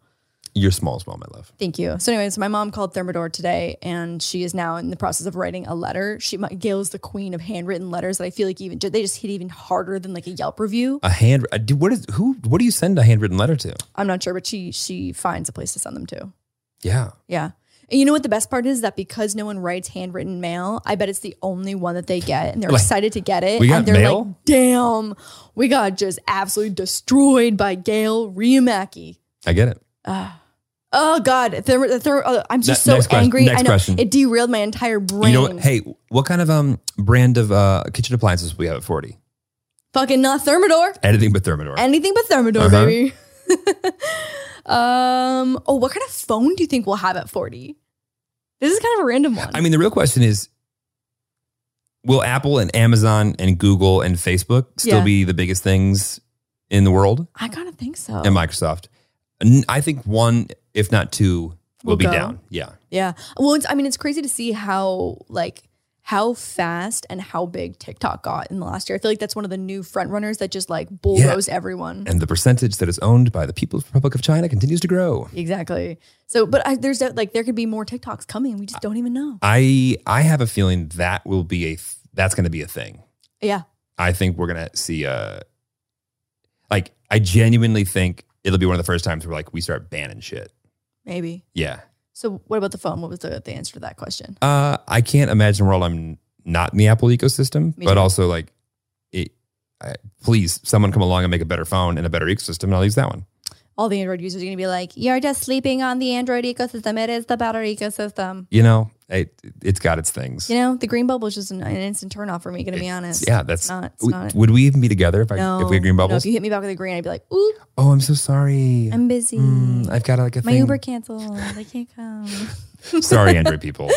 A: You're small as well, my love.
B: Thank you. So, anyways, my mom called Thermador today and she is now in the process of writing a letter. She, my, Gail is the queen of handwritten letters that I feel like even they just hit even harder than like a Yelp review.
A: A hand. uh, do- What is who? What do you send a handwritten letter to?
B: I'm not sure, but she she finds a place to send them to.
A: Yeah.
B: Yeah. And you know what the best part is that because no one writes handwritten mail, I bet it's the only one that they get and they're
A: Like,
B: excited to get it.
A: we got
B: and they're
A: mail?
B: like, damn, we got just absolutely destroyed by Gail Riamaki.
A: I get it.
B: Oh God, there, were- there, were- uh, I'm just
A: Ne-
B: so
A: next question.
B: angry.
A: Next
B: I know
A: question.
B: it derailed my entire brain.
A: You know what? Hey, what kind of um brand of uh kitchen appliances we have at forty?
B: Fucking not Thermidor.
A: Anything but Thermador.
B: Anything but Thermidor,
A: Uh-huh.
B: baby. um. Oh, what kind of phone do you think we'll have at 40? This is kind of a random one.
A: I mean, the real question is. Will Apple and Amazon and Google and Facebook still
B: Yeah.
A: be the biggest things in the world?
B: I gotta think so.
A: and Microsoft. N- I think one, if not two, will
B: Will
A: be
B: go. Mm-hmm.
A: down. Yeah.
B: Yeah. Well, it's, I mean, it's crazy to see how like how fast and how big TikTok got in the last year. I feel like that's one of the new front runners that just like bulldoze everyone.
A: And the percentage that is owned by the People's Republic of China continues to grow.
B: Exactly. So, but I, there's that like there could be more TikToks coming. We just don't even know.
A: I I have a feeling that will be a th- that's going to be a thing.
B: Yeah.
A: I think we're going to see a like I genuinely think it'll be one of the first times where like we start banning shit.
B: Maybe.
A: Yeah.
B: So, what about the phone? What was the, the answer to that question?
A: Uh, I can't imagine a world I'm not in the Apple ecosystem,
B: Me
A: but
B: too.
A: also like it. I, please, someone come along and make a better phone and a better ecosystem, and I'll use that one.
B: All the Android users are going to be like, "You're just sleeping on the Android ecosystem. It is the better ecosystem."
A: you know, it, it's got its things.
B: You know, the green bubble is just an, an instant turnoff for me. Going to be
A: It's-
B: honest.
A: yeah, that's
B: It's not. It's
A: w-
B: not.
A: Would we even be together if I
B: no,
A: if we had green
B: no,
A: bubbles?
B: if you hit me back with a green, I'd be like, "Ooh,
A: oh, I'm so sorry.
B: I'm busy.
A: Mm, I've got like a
B: My
A: thing.
B: Uber canceled. I can't come."
A: sorry, Android people.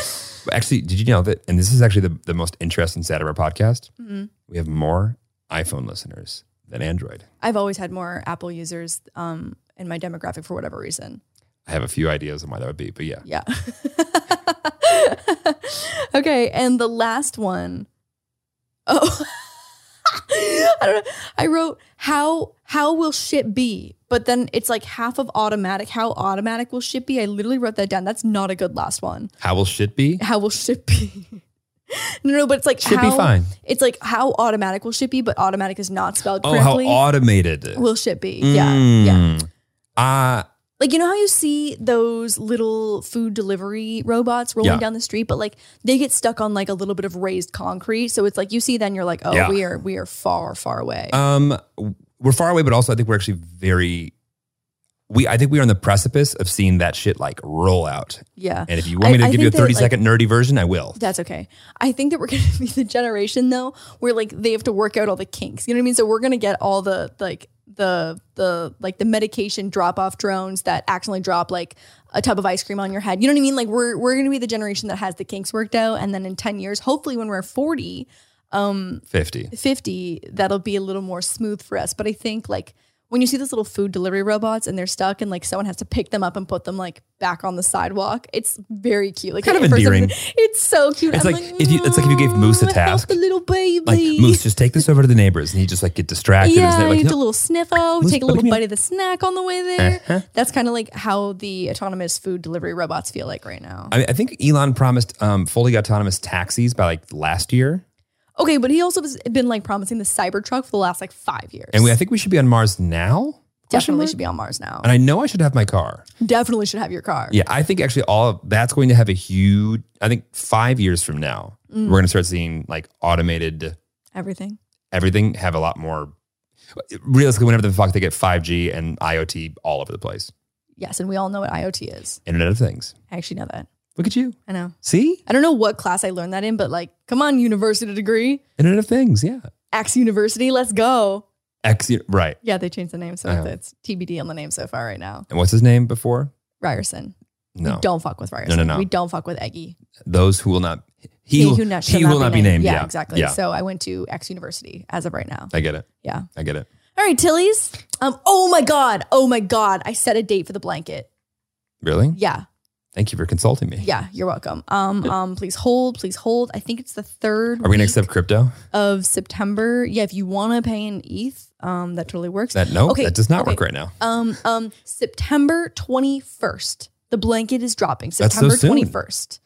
A: But Actually, did you know that? And this is actually the, the most interesting side of our podcast.
B: Mhm.
A: We have more iPhone listeners than Android.
B: I've always had more Apple users um, in my demographic for whatever reason.
A: I have a few ideas on why that would be, but yeah,
B: Yeah. okay, and the last one. Oh. I don't know. I wrote how how will shit be? But then it's like half of automatic. How automatic will shit be? I literally wrote that down. That's not a good last one.
A: how will shit be?
B: How will shit be? no, no, but it's like
A: Shit
B: how,
A: be fine.
B: It's like how automatic will shit be, but automatic is not spelled
A: Oh, how Mm.
B: correctly.
A: automated.
B: will shit be? Yeah,
A: yeah.
B: yeah.
A: Uh,
B: Like you know how you see those little food delivery robots rolling
A: Yeah.
B: down the street, but like they get stuck on like a little bit of raised concrete. So it's like you see, then you're like, oh,
A: Yeah.
B: we are we are far far away.
A: Um, we're far away, but also I think we're actually very. We I think we are on the precipice of seeing that shit like roll out.
B: yeah,
A: And if you want me
B: I-
A: to
B: I
A: give you a
B: think that,
A: thirty
B: like-
A: second nerdy version, I will.
B: that's okay. I think that we're gonna be the generation though where like they have to work out all the kinks. You know what I mean? So we're gonna get all the like the the like the medication drop off drones that accidentally drop like a tub of ice cream on your head. You know what I mean? Like we're we're gonna be the generation that has the kinks worked out, and then in ten years, hopefully when we're forty.
A: Fifty.
B: 50 that'll be a little more smooth for us but i think like when you see those little food delivery robots and they're stuck and like someone has to pick them up and put them like back on the sidewalk. It's very cute. Like
A: Kind of
B: at first I'm-
A: endearing.
B: It's so cute.
A: It's like if you- it's like if you gave Moose a
B: "Aw, help
A: task.
B: the little baby.
A: Like Moose, just take this over to the neighbors, and he just like get distracted.
B: Yeah,
A: and
B: you
A: like,
B: have to a little sniffo,
A: Moose,
B: take
A: buddy,
B: a little
A: come here.
B: bite of the snack on the way there.
A: Uh-huh.
B: That's kind of like how the autonomous food delivery robots feel like right now.
A: I, I think Elon promised um, fully autonomous taxis by like last year,
B: Okay, but he also has been like promising the Cybertruck for the last like five years.
A: and we, I think we should be on Mars now. Question
B: definitely
A: mark?
B: should be on Mars now.
A: And I know I should have my car.
B: definitely should have your car.
A: Yeah, I think actually all of that's going to have a huge. I think five years from now,
B: Mm.
A: we're going to start seeing like automated
B: Everything.
A: everything have a lot more. Realistically, whenever the fuck they get five G and IoT all over the place,
B: Yes, and we all know what IoT is.
A: Internet of Things.
B: I actually know that.
A: Look at you.
B: I know.
A: See,
B: I don't know what class I learned that in, but like, come on, university degree,
A: Internet of Things. Yeah.
B: Axe University, let's go.
A: Ex. Right.
B: Yeah, they changed the name, so
A: I know.
B: it's TBD on the name so far right now.
A: And what's his name before?
B: Ryerson.
A: No.
B: We don't fuck with Ryerson.
A: no.
B: We don't fuck with Eggy.
A: Those who will not. He,
B: He
A: will,
B: who not-
A: he
B: shall
A: will not be named. Yeah.
B: exactly.
A: Yeah.
B: So I went to X University as of right now.
A: I get it.
B: Yeah.
A: I get it.
B: All right, Tilly's. Um. Oh my god. Oh my god. I set a date for the blanket.
A: Really?
B: Yeah.
A: Thank you for consulting me.
B: Yeah. You're welcome. Um. Um. Please hold. Please hold. I think it's the third.
A: Are we going to
B: week
A: accept crypto?
B: of September? Yeah. If you want to pay in ETH, um, that totally works.
A: That no,
B: Okay,
A: that does not work
B: okay.
A: right now.
B: Um, um, September 21st. The blanket is dropping.
A: That's so
B: September
A: soon.
B: 21st.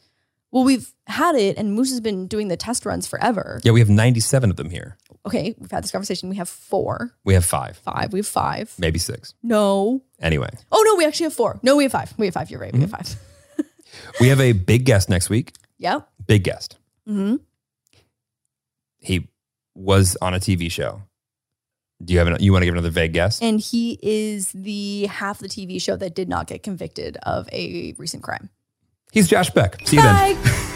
B: Well, we've had it, and Moose has been doing the test runs forever.
A: Yeah, we have 97 of them here.
B: Okay, we've had this conversation. We have four,
A: We have five,
B: five. We have five.
A: maybe six.
B: No.
A: Anyway,
B: Oh no, we actually have four. No, we have five. We have five. You're right. We
A: Mm-hmm.
B: have five.
A: we have a big guest next week.
B: Yep.
A: Big guest.
B: hmm
A: He was on a TV show. Do you have an, you want to give another vague guess?
B: And he is the half the TV show that did not get convicted of a recent crime.
A: He's Josh Beck. See you then.
B: Bye.